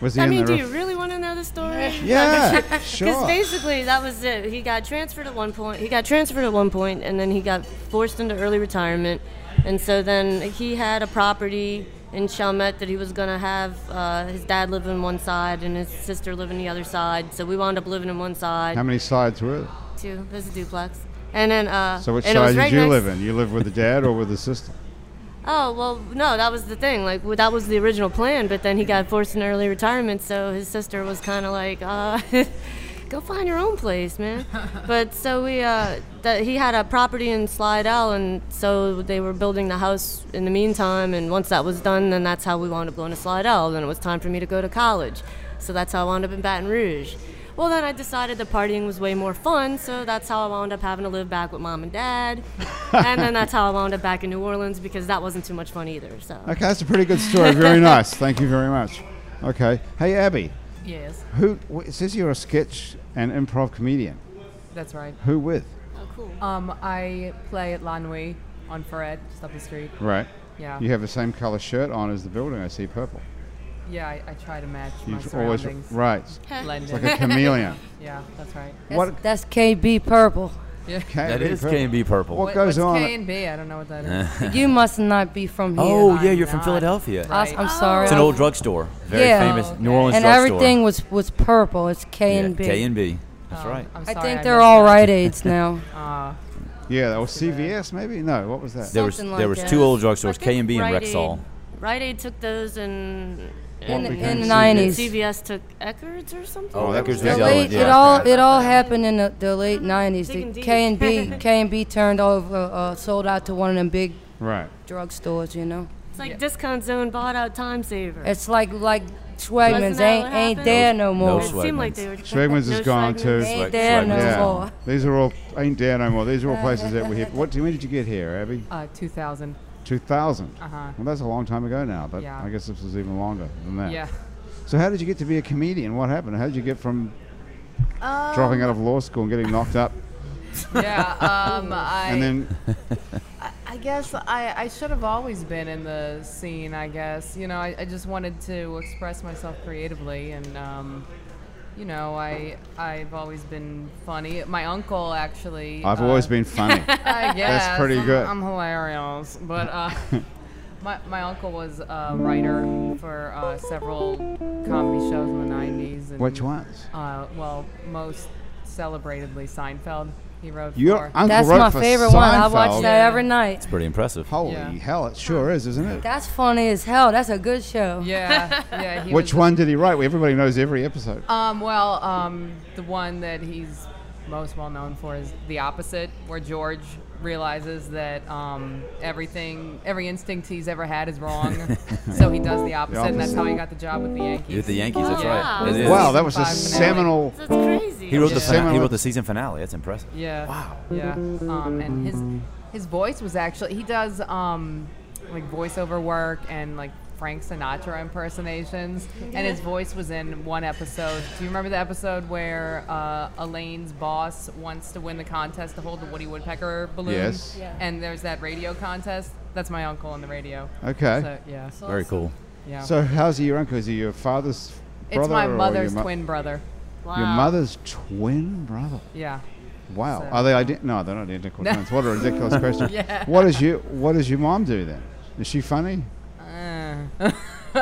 A: Was he
D: I
A: in
D: mean,
A: the
D: do
A: ref-
D: you really want to know the story? <laughs>
A: Yeah, <laughs>
D: Because
A: sure.
D: basically that was it. He got transferred at one point. He got transferred at one point, and then he got forced into early retirement. And so then he had a property in Chalmette that he was gonna have. Uh, his dad living on one side and his sister living the other side. So we wound up living on one side
A: How many sides were there?
D: too. There's a duplex. And then uh,
A: So which
D: and it
A: side
D: was
A: did
D: right
A: you
D: next-
A: live in? You live with the dad or with the sister?
D: Oh well, no, that was the thing. Like well, that was the original plan, but then he got forced into early retirement, so his sister was kind of like, uh, <laughs> "Go find your own place, man." but so we, uh, that he had a property in Slidell, and so they were building the house in the meantime. And once that was done, then that's how we wound up going to Slidell. Then it was time for me to go to college, so that's how I wound up in Baton Rouge. Well, then I decided that partying was way more fun, so that's how I wound up having to live back with mom
B: <laughs>
D: and dad. and then that's how I wound up back in New Orleans because that wasn't too much fun either. So
A: Okay, that's a pretty good story. Very nice. Thank you very much. Okay. Hey, Abby,
C: Yes,
A: who wh- it says you're a sketch and improv comedian.
C: that's right.
A: Who with?
D: oh, cool.
C: Um, I play at La Nuit on Ferret, just up the street.
A: Right.
C: Yeah.
A: You have the same color shirt on as the building. I see purple.
C: Yeah, I, I try to match my
A: You've always
C: surroundings.
A: right.
C: Blend
A: Like
C: in.
A: a chameleon.
C: <laughs> yeah, that's right.
E: That's,
A: What-
E: that's
B: <laughs>
E: KB Purple.
A: Can
B: That
A: be
B: is
A: purple.
B: KB Purple.
A: What goes
C: What's
A: on?
C: K and B? I don't know what that is.
E: You must not be from here.
B: Oh yeah,
C: I'm
B: you're from
C: not.
B: Philadelphia.
E: I,
C: Right.
E: am sorry.
B: It's an old drugstore, very
E: Yeah.
B: famous New Orleans
E: and
B: drugstore.
E: everything was, was purple. It's K
B: Yeah,
E: and B. I
B: K and B. That's
C: Um,
B: right.
C: I'm
E: I
C: sorry,
E: think they're
C: missed
E: all
C: that.
E: Rite Aids now.
C: Uh,
A: Yeah, or CVS maybe? No, what was that?
B: There was
E: something like
B: there was
E: that.
B: two old drugstores,
D: There's
B: K and B and Rexall.
D: Rite Aid took those, and
A: What
E: in, the-
A: became
E: in the
A: CVS?
E: nineties.
D: CVS took Eckerd's or something.
B: Oh,
A: that
B: Eckerd's
A: was
B: was
E: The
A: the
B: yellow.
E: late,
B: yeah.
E: it all it all happened in the, the late nineties.
D: Big
E: The
D: and
E: K and
D: deep.
E: B K and B turned over, uh, sold out to one of them big
A: Right.
E: drugstores. You know,
D: It's like Discount Zone bought out Time Saver.
E: it's like like Schwegmans
D: Wasn't that
E: ain't
D: what
E: ain't
D: happened?
E: there no more.
D: it
B: Schwe-
D: seemed like
B: Schwegmans.
D: they were.
A: Schwegmans is
D: No
A: gone
D: Schwegmans.
A: too.
E: ain't
B: Schwe-
E: there no
B: Schwegmans.
A: yeah.
E: more.
A: These are all ain't there no more. These are all places that
E: <laughs>
A: were here. What? When did you get here, Abby?
C: uh, 2000.
A: 2000.
C: Uh-huh.
A: Well, that's a long time ago now, but
C: Yeah.
A: I guess this was even longer than that.
C: Yeah.
A: So how did you get to be a comedian? What happened? How did you get from dropping out of law school and getting knocked up, <laughs>
C: Yeah. Um, I,
A: and then
C: I guess I, I should have always been in the scene, I guess. You know, I, I just wanted to express myself creatively and, um, you know, I, I've always been funny. My uncle actually.
A: I've
C: uh,
A: always been funny.
C: <laughs> I
A: <laughs>
C: guess.
A: pretty
C: I'm,
A: good.
C: I'm hilarious, but uh, <laughs> my my uncle was a writer for uh, several comedy shows in the '90s. And,
A: Which ones?
C: Uh, well, most celebratedly Seinfeld. He wrote
A: Your
C: for.
A: uncle
E: That's
A: wrote
E: my
A: for
E: favorite one. I watch
A: Seinfeld.
E: that
C: Yeah.
E: every night.
B: Pretty impressive.
A: Holy
C: Yeah.
A: hell, it sure is, isn't it?
E: That's funny as hell. That's a good show.
C: yeah, yeah. He
A: Which
C: was
A: one did he write? Well, Everybody knows every episode.
C: Um, well, um, the one that he's most well known for is The Opposite, where George realizes that um, everything, every instinct he's ever had is
B: <laughs>
C: wrong. so he does the opposite, and that's how he got the job with the Yankees.
B: You're at the Yankees. That's
D: Yeah.
B: right. It is.
A: wow, that was a
C: Five minutes.
A: seminal.
D: That's crazy.
B: He wrote the
A: Yeah.
B: fina- he
A: Similar-
B: wrote the season finale. That's impressive.
C: Yeah. Wow. Yeah. Um, and his his voice was actually he does um, like voiceover work and like Frank Sinatra impersonations, and his voice was in one episode. Do you remember the episode where uh, Elaine's boss wants to win the contest to hold the Woody Woodpecker balloon?
A: Yes. Yeah.
C: And there's that radio contest. That's my uncle on the radio.
A: Okay.
C: So yeah.
B: Very cool.
C: Yeah.
A: So how's he your uncle? Is he your father's brother?
C: it's my
A: or your
C: mother's
A: mo-
C: twin brother.
D: wow.
A: Your mother's twin brother.
C: Yeah.
A: Wow.
C: So-
A: Are they ident? No, they're not identical twins. What a
C: <laughs>
A: ridiculous question. What does your What does your mom do then? Is she funny?
C: Uh, <laughs> I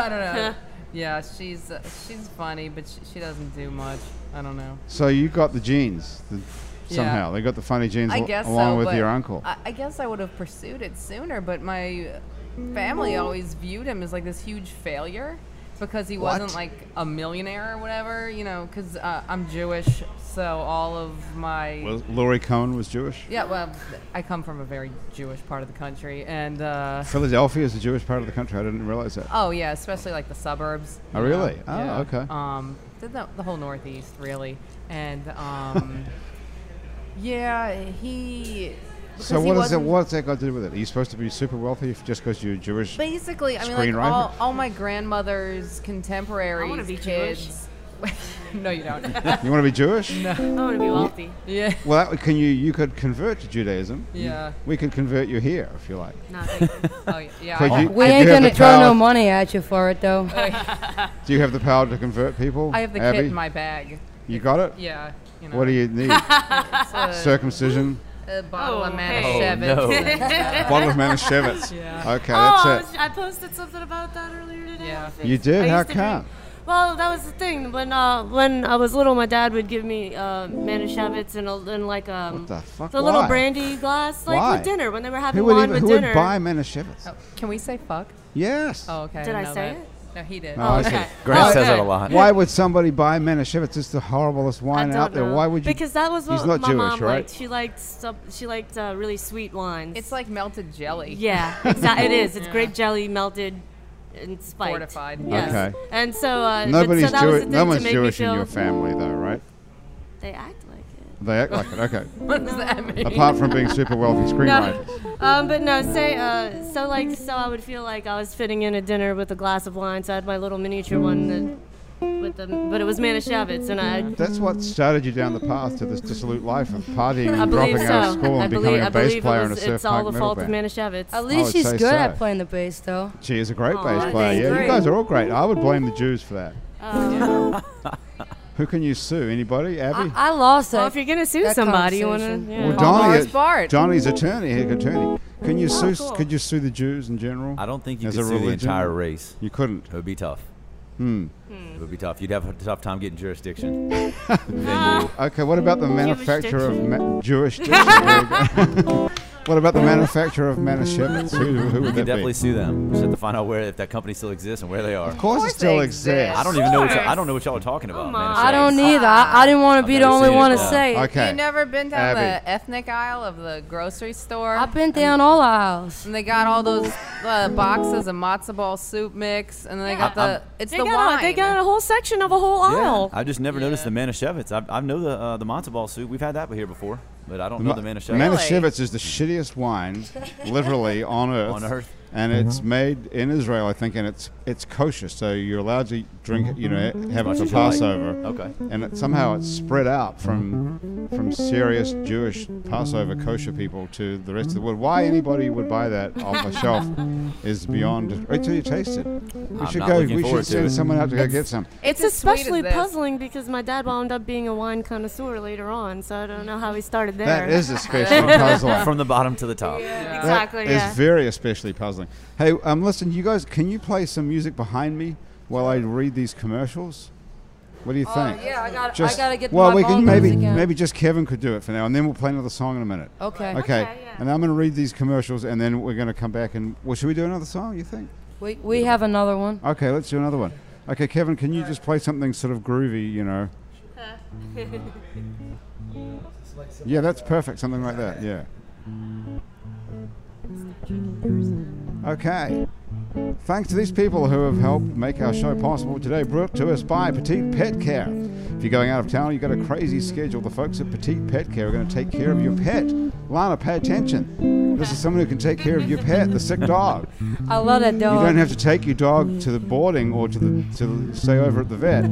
C: don't <laughs> know. yeah, she's uh, she's funny, but she, she doesn't do much. I don't know.
A: So you got the genes the,
C: Yeah.
A: somehow. They got the funny genes
C: I
A: al-
C: guess
A: along
C: so,
A: with
C: but
A: your uncle.
C: I, I guess I would have pursued it sooner, but my family always viewed him as like this huge failure. because he
A: What?
C: wasn't like a millionaire or whatever, you know, because uh, I'm Jewish, so all of my
A: Well, Laurie Cohen was Jewish.
C: yeah, well, I come from a very Jewish part of the country, and uh,
A: Philadelphia is a Jewish part of the country. I didn't realize that.
C: oh yeah, especially like the suburbs.
A: Oh,
C: you know,
A: really? Oh,
C: yeah.
A: okay.
C: Um, the, the, the whole Northeast really, and
A: <laughs>
C: um, yeah, he.
A: So
C: because he
A: what is it?
C: wasn't-
A: What's that got to do with it? Are you supposed to be super wealthy if, just because you're Jewish?
C: Basically, I mean, like
A: Screenwriter?
C: all, all my grandmother's contemporaries,
D: I wanna be Jewish.
C: kids. <laughs> no,
A: <laughs>
C: you don't.
A: You want to be
C: <laughs>
A: Jewish?
D: I want to be wealthy.
C: yeah,
A: Well, that, can you? You could convert to Judaism.
C: yeah,
A: We could convert you here if you like.
D: Not like-
C: oh, yeah. yeah
A: Could
C: I-
A: you-
E: We
A: do you
E: ain't
A: have
E: gonna
A: the
E: throw no
A: power-
E: money at you for it <laughs> though.
A: Do you have the power to convert people?
C: I have the
A: Abby?
C: kit in my bag.
A: You got it.
C: Yeah. You know,
A: What do you
C: <laughs>
A: need?
C: it's a, <laughs>
A: Circumcision,
C: a bottle of
D: Oh,
C: Manischewitz.
B: hey. Oh,
A: bottle of Manischewitz.
C: Yeah.
A: Okay,
D: oh, I,
A: that's
D: was- I posted something about that earlier today.
C: Yeah.
D: on
A: You
D: Facebook.
A: did?
D: I
A: How
D: used to drink-
A: come?
D: Well, that was the thing. When uh, when I was little, my dad would give me uh, Manischewitz and, a, and like um,
A: What the fuck?
D: little
A: Why?
D: brandy glass, like
A: Why?
D: with dinner when they were
A: it.
D: having
A: Who would,
D: wine
A: even,
D: with
A: who
D: dinner.
A: would
D: Oh.
A: buy Manischewitz?
C: <laughs> Can we say fuck?
A: Yes.
C: Oh, okay.
D: Did I
C: didn't know
D: say
C: that.
D: it?
C: No, he did.
A: No, I
D: okay.
A: said-
B: Grant
D: Oh,
B: says
D: okay.
B: it a lot.
A: Why would somebody buy Manischewitz? It's the horriblest
D: I
A: wine
D: don't
A: out there.
D: know.
A: Why would you?
D: Because that was what
A: He's not
D: my
A: Jewish,
D: mom
A: right?
D: liked. She liked some, she liked uh, really sweet wines.
C: It's like melted jelly.
D: yeah, exactly.
C: <laughs>
D: it is. It's grape jelly melted and spiked.
C: Fortified.
D: Yes.
A: Okay.
D: And so uh, but-
A: Nobody's
D: so that was
A: Jewish.
D: the
A: No
D: thing
A: one's
D: to make
A: Jewish
D: me feel
A: in your family, though, right?
D: They act like it.
A: They act
D: <laughs>
A: like it. Okay.
C: What does that mean?
A: Apart from being super wealthy
D: No,
A: screenwriters.
D: um, but no. Say, uh, so like, so I would feel like I was fitting in a dinner with a glass of wine. So I had my little miniature one that, with the, but it was Manischewitz, and I
A: That's what started you down the path to this dissolute life of partying
D: I
A: and
D: believe
A: dropping
D: so.
A: out of school and
D: I
A: becoming
D: believe,
A: a
D: I
A: bass
D: believe it
A: player
D: was,
A: and a surf
D: it's all
A: punk
D: the
A: metal
D: fault of
A: band.
D: Manischewitz.
E: At
A: would
E: least she's
A: say
E: good
A: so.
E: at playing the bass though.
A: She is a great
D: Aw,
A: bass
D: thanks,
A: player. Yeah, you
E: great.
A: guys are all great. I would blame the Jews for that.
D: Um, <laughs>
A: Who can you sue? Anybody? Abby?
E: I, I lost
D: well,
E: it.
D: if you're gonna sue
E: That
D: somebody, you wanna.
E: conversation.
D: Yeah.
A: well,
C: Paul
A: Donnie,
C: Morris
A: is-
C: Bart.
A: Donnie's attorney, head attorney. Can you sue?
D: cool.
A: Could you sue the Jews in general?
B: I don't think you
A: As a
B: could sue the
A: religion?
B: entire race.
A: You couldn't.
B: It would be tough.
A: Hmm.
B: It would be tough. You'd have a tough time getting jurisdiction. Venue.
A: Okay, what about the manufacturer of ma- Jewish diction? <laughs> what about the manufacturer of Manischewitz? Who, who would
B: You
A: that
B: could definitely
A: be?
B: sue them. Just have to find out where if that company still exists and where they are.
A: Of course,
C: Of
A: it still
C: course they
A: exists.
C: exist.
B: I don't even know. What y'all, I
D: course.
B: don't know what y'all are talking about.
D: Come
B: man.
D: on.
B: It's
E: I
B: like-
E: don't either. I, I didn't want to be
B: I've
E: the
B: never
E: only
B: seen it,
E: one to
B: yeah.
E: say it.
A: Okay.
C: You never been down
A: Abby.
C: the ethnic aisle of the grocery store?
E: I've been down all aisles.
C: and they got all those uh, boxes of matzo ball soup mix, and they got the
B: I'm-
C: it's
D: They
C: the
D: got,
C: wine.
D: a, they got a whole section of a whole
B: Yeah,
D: aisle.
B: I just never noticed the
C: Yeah.
B: Manischewitz. I, I know the uh, the Monte Ball suit. We've had that here before, but I don't know the Manischewitz. Hmm.
A: Manischewitz is the shittiest wine, literally on earth.
B: On earth.
A: and it's made in Israel, I think, and it's it's kosher, so you're allowed to drink it, you know, have it
B: much
A: for
B: as you like.
A: Passover.
B: Okay.
A: And it, somehow it's spread out from from serious Jewish Passover kosher people to the rest of the world. Why anybody would buy that off a shelf is beyond. Wait till you taste it. We
B: I'm
A: should
B: not
A: go.
B: looking
A: We should
B: forward to
A: send
B: it.
A: someone out to go get some.
D: It's,
C: as sweet as
D: especially
C: this.
D: puzzling because my dad wound up being a wine connoisseur later on, so I don't know how he started there.
A: That is
E: <laughs>
A: especially puzzling.
B: From the bottom to the top.
A: That
D: exactly.
A: is
D: yeah.
A: very especially puzzling. Hey, um, listen, you guys, can you play some music behind me while I read these commercials? What do you think?
E: Oh, yeah, I got.
A: Just,
E: I gotta get.
A: well,
E: my
A: we can
E: bongos
A: maybe
E: again.
A: maybe just Kevin could do it for now, and then we'll play another song in a minute.
E: Okay.
A: Okay.
D: Okay, yeah.
A: And I'm going to read these commercials, and then we're going to come back and well, should we do another song? You think?
E: We we have another one.
A: Okay, let's do another one. Okay, Kevin, can you just play something sort of groovy? You know. yeah, that's perfect. Something like that. Yeah. Okay. Thanks to these people who have helped make our show possible today, brought to us by Petite Pet Care. If you're going out of town, you've got a crazy schedule. The folks at Petite Pet Care are going to take care of your pet. Lana, pay attention. This is someone who can take care of your pet, the sick dog.
E: I love that dog.
A: You don't have to take your dog to the
E: Mm.
A: boarding or to the to stay over at the
E: <laughs>
A: vet.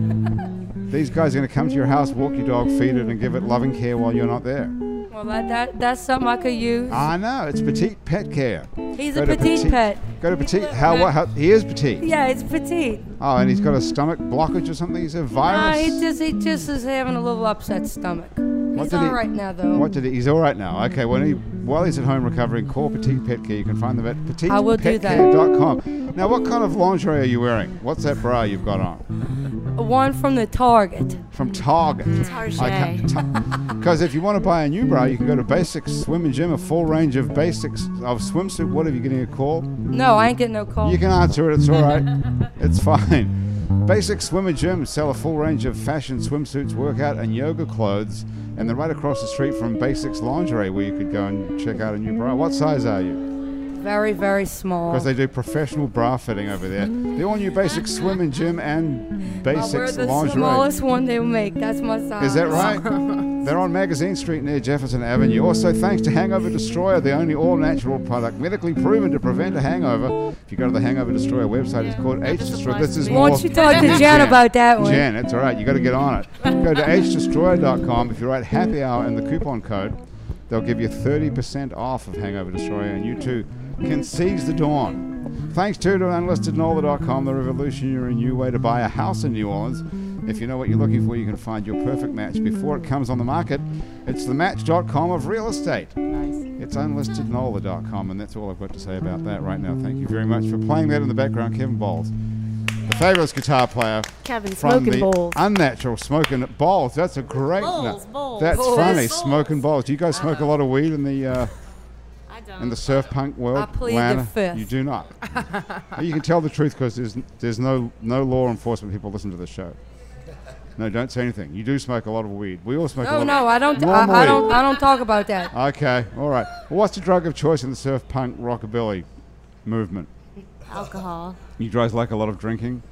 A: These guys are going to come to your house, walk your dog, feed it, and give it loving care while you're not there.
E: well, that, that that's something I could use.
A: I know it's petite pet care.
E: He's
A: Go
E: a
A: to
E: petite pet.
A: Go to petite. How, what, how he is petite.
E: Yeah, it's petite.
A: Oh, and he's got a stomach blockage or something. He's a
E: Uh,
A: virus.
E: he just he just is having a little upset stomach. He's
A: did he-
E: all right now though.
A: what did he? He's all right now. Okay, when he while he's at home recovering, call Petite Pet Care. You can find them at
E: I will do that.
A: petitepetcare.com. Now, what kind of lingerie are you wearing? What's that bra you've got on?
E: One from the Target.
A: from Target. <laughs> Because if you want to buy a new bra, you can go to Basics Swim and Gym, a full range of basics of swimsuit. What if you're getting a call?
E: No, I ain't getting no call. <laughs>
A: You can answer it. It's all right. it's fine. Basic Swimmer Gym sell a full range of fashion swimsuits, workout, and yoga clothes, and they're right across the street from Basics Lingerie, where you could go and check out a new bra. What size are you?
E: Very, very small.
A: Because they do professional bra fitting over there. The all new Basics Swim and Gym and Basics
E: We're the
A: Lingerie.
E: smallest one they'll make. That's my size.
A: Is that right?
E: <laughs>
A: They're on Magazine Street near Jefferson Avenue. Also, thanks to Hangover Destroyer, the only all natural product medically proven to prevent a hangover. If you go to the Hangover Destroyer website, it's called H Destroyer. This is
E: Why
A: more.
E: don't you talk to Jen about that one?
A: Jen, it's all right. You got to get on it. Go to hdestroyer.com. If you write happy hour and the coupon code, they'll give you 30% off of Hangover Destroyer, and you too can seize the dawn. Thanks too to unlistednola.com, the revolutionary new way to buy a house in New Orleans. If you know what you're looking for, you can find your perfect match before it comes on the market. It's the match.com of real estate. It's unlistednola.com, and that's all I've got to say about that right now. Thank you very much for playing that in the background, Kevin Bowles, the fabulous guitar player
D: Kevin
A: from
D: smoking
A: the
D: bowls.
A: unnatural smoking balls. That's a great.
D: Bowls, bowls.
A: That's
E: Bowls.
A: funny.
E: Bowls.
A: Smoking balls. Do you guys smoke a lot of weed in the uh,
D: I don't.
A: in the surf punk world?
E: Uh-huh. I plead the
A: Lana?
E: fifth.
A: You do
E: <laughs>
A: not. you can tell the truth because there's there's no no law enforcement people listen to the show. No, don't say anything. You do smoke a lot of weed. We all smoke a
E: No,
A: lot.
E: no, I don't. I,
A: Normally-
E: I don't. I don't talk about that.
A: Of okay, all right. Well, what's the drug of choice in the surf punk rockabilly movement?
D: alcohol.
A: You guys like a lot of drinking.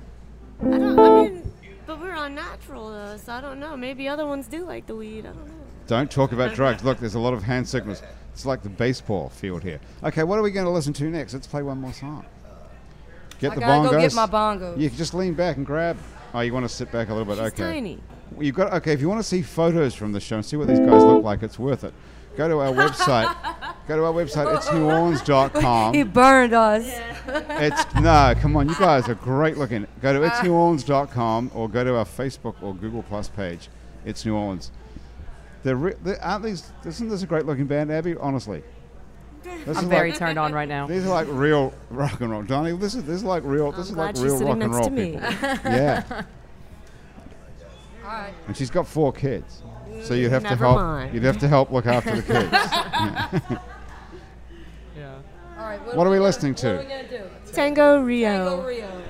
D: I don't. I mean, but we're on natural though, so I don't know. Maybe other ones do like the weed. I don't know.
A: Don't talk
E: <laughs>
A: about drugs. Look, there's a lot of hand signals. It's like the baseball field here. Okay, what are we going to listen to next? Let's play one more song. Get
E: I
A: the
E: gotta
A: bongos.
E: go get my bongos.
A: You can just lean back and grab. Oh, you want to sit back a little bit?
D: She's
A: okay.
D: tiny.
A: Well, You've got okay. If you want to see photos from the show and see what these guys look like, it's worth it. Go
E: <laughs>
A: to our website. go to our website. It's neworleans.com.
E: He burned us.
A: It's no, come on, you guys are great looking. Go to
D: Uh.
A: itsneworleans.com or go to our Facebook or Google Plus page. It's New Orleans. They're re- they, aren't these? Isn't this a great looking band, Abby? Honestly, this
C: I'm
A: is
D: <laughs>
C: very
A: like,
C: turned on right now.
A: these are like real rock and roll, Donnie. This is this is like real. This is
D: I'm glad
A: like
D: she's
A: real
D: sitting
A: rock and
D: next
A: roll
D: to me. <laughs>
A: people. yeah,
E: All right.
A: and she's got four kids, so you'd have to
D: Never
A: help.
D: mind.
A: You'd have to help look after the
D: <laughs>
A: kids.
C: Yeah.
E: All right.
A: What are we
E: gonna-
A: listening to?
E: What are we gonna do?
D: Tango
E: Tango
D: Rio.
E: Rio.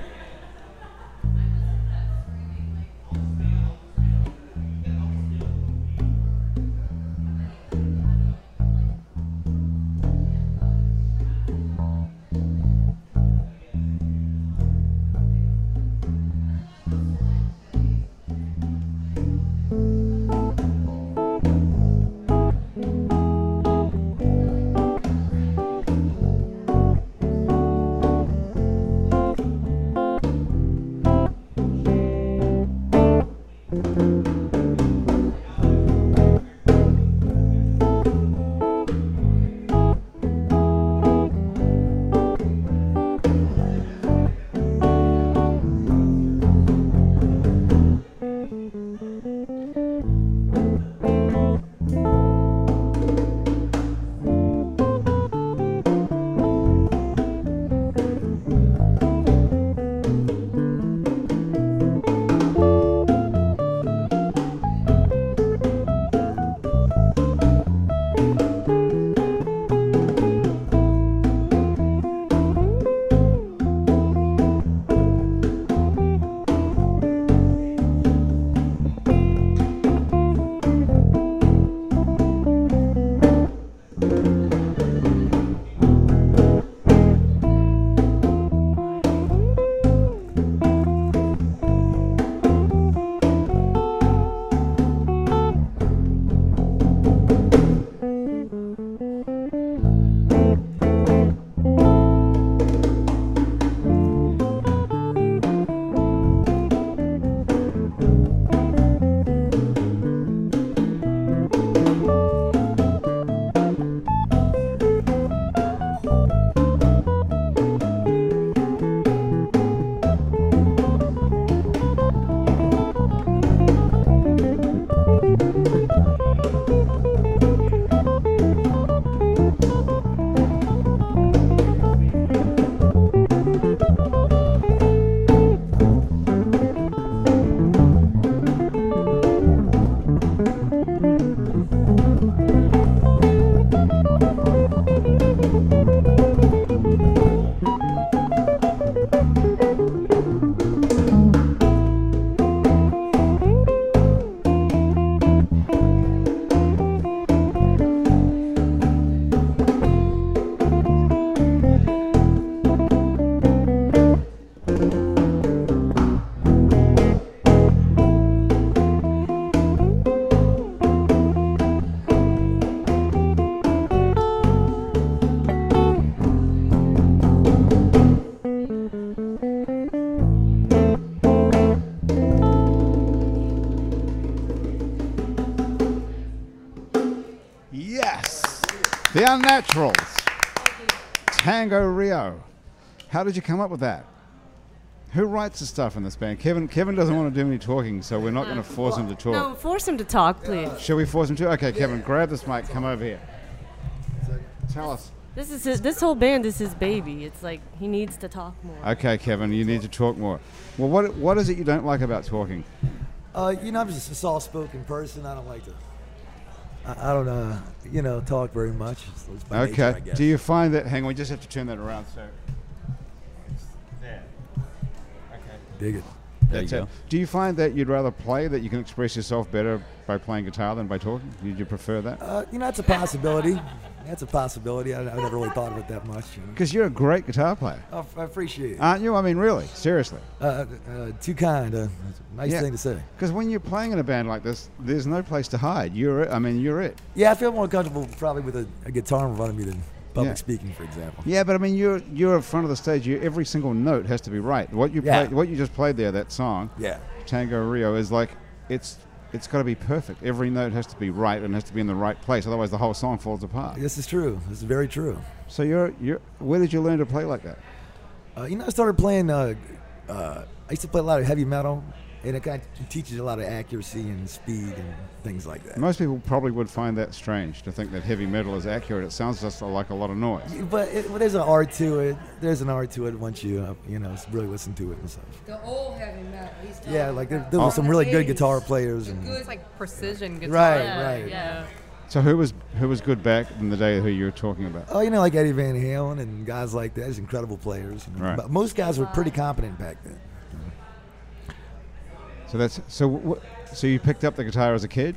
A: The Unnaturals. Tango Rio. How did you come up with that? Who writes the stuff in this band? Kevin Kevin doesn't want to do any talking, so we're not going to force him to talk.
D: No, force him to talk, please.
A: Shall we force him to? Okay, Kevin, grab this mic. Come over here. Tell us.
D: This is his, this whole band is his baby. It's like he needs to talk more.
A: Okay, Kevin, you need to talk more. Well, what what is it you don't like about talking?
F: Uh, you know, I'm just a soft-spoken person. I don't like to. I, I don't, uh, you know, talk very much. It's- it's by nature,
A: Okay.
F: I guess.
A: Do you find that? Hang on, we just have to turn that around. So
F: dig it?
B: There you
A: that's it.
B: go.
A: Do you find that you'd rather play that you can express yourself better by playing guitar than by talking? Do you prefer that?
F: Uh, you know, that's a possibility. That's a possibility. I, I never really thought of it that much. You know.
A: Because you're a great guitar player,
F: I, I appreciate it. Uh,
A: aren't you? I mean, really, seriously.
F: uh, too kind. Uh, it's a nice
A: Yeah.
F: thing to say.
A: Because when you're playing in a band like this, there's no place to hide. You're it. I mean, you're it.
F: Yeah, I feel more comfortable probably with a, a guitar in front of me than public
A: Yeah.
F: speaking, for example.
A: Yeah, but I mean, you're you're in front of the stage. You, every single note has to be right. What you
F: Yeah.
A: play, what you just played there, that song,
F: Yeah.
A: Tango Rio, is like it's it's got to be perfect. Every note has to be right and has to be in the right place. Otherwise, the whole song falls apart.
F: This is true. This is very true.
A: So you're you're where did you learn to play like that?
F: Uh, you know, I started playing. Uh, uh, I used to play a lot of heavy metal, and it kind of teaches you a lot of accuracy and speed and things like that.
A: Most people probably would find that strange to think that heavy metal is accurate. It sounds just like a lot of noise.
F: But it, well, there's an art to it. There's an art to it once you uh, you know really listen to it and stuff.
E: The old heavy metal. He's talking
F: Yeah, like there,
E: about
F: there were
E: from
F: some
E: the
F: really good
E: 80s.
F: guitar players and
E: Good,
C: It's like precision guitar.
F: right,
D: Yeah,
F: right.
D: yeah.
A: So who was who was good back in the day? Who you were talking about?
F: Oh, you know, like Eddie Van Halen and guys like that. There's incredible players. you know.
A: Right.
F: But most guys were pretty competent back then.
A: So that's so wh- so you picked up the guitar as a kid,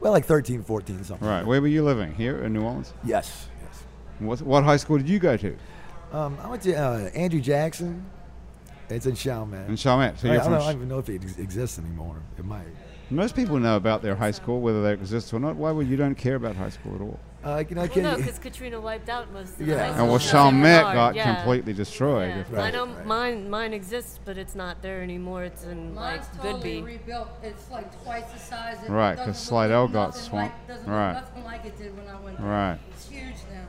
F: Well, like 13, 14, something.
A: right? Where were you living here in New Orleans?
F: Yes. Yes.
A: What what high school did you go to?
F: Um, I went to uh, Andrew Jackson. It's in Chalmette.
A: In Chalmette. So
F: I,
A: you're
F: I
A: from
F: don't, I
A: Ch-
F: don't even know if it ex- exists anymore. It might.
A: Most people know about their high school, whether that exists or not. Why would you don't care about high school at all?
D: Oh,
F: Uh, you know, I
D: Well, no,
F: can't-
D: because Katrina wiped out most of
F: Yeah.
D: the high
F: And
A: And
D: school
A: well,
D: kids.
A: Chalmette
D: Yeah.
A: got
D: Yeah.
A: completely destroyed.
D: Yeah.
F: Right,
D: I know
F: right.
D: mine mine exists, but it's not there anymore. It's in
E: Mine's
D: like
E: totally
D: Goodby.
E: rebuilt. It's like twice the size. It
A: Right,
E: doesn't
A: 'cause
E: look
A: Slidell
E: like
A: got
E: nothing
A: swamped.
E: Like, doesn't
A: Right.
E: look nothing like it did when I went. there.
A: Right.
E: It's huge now.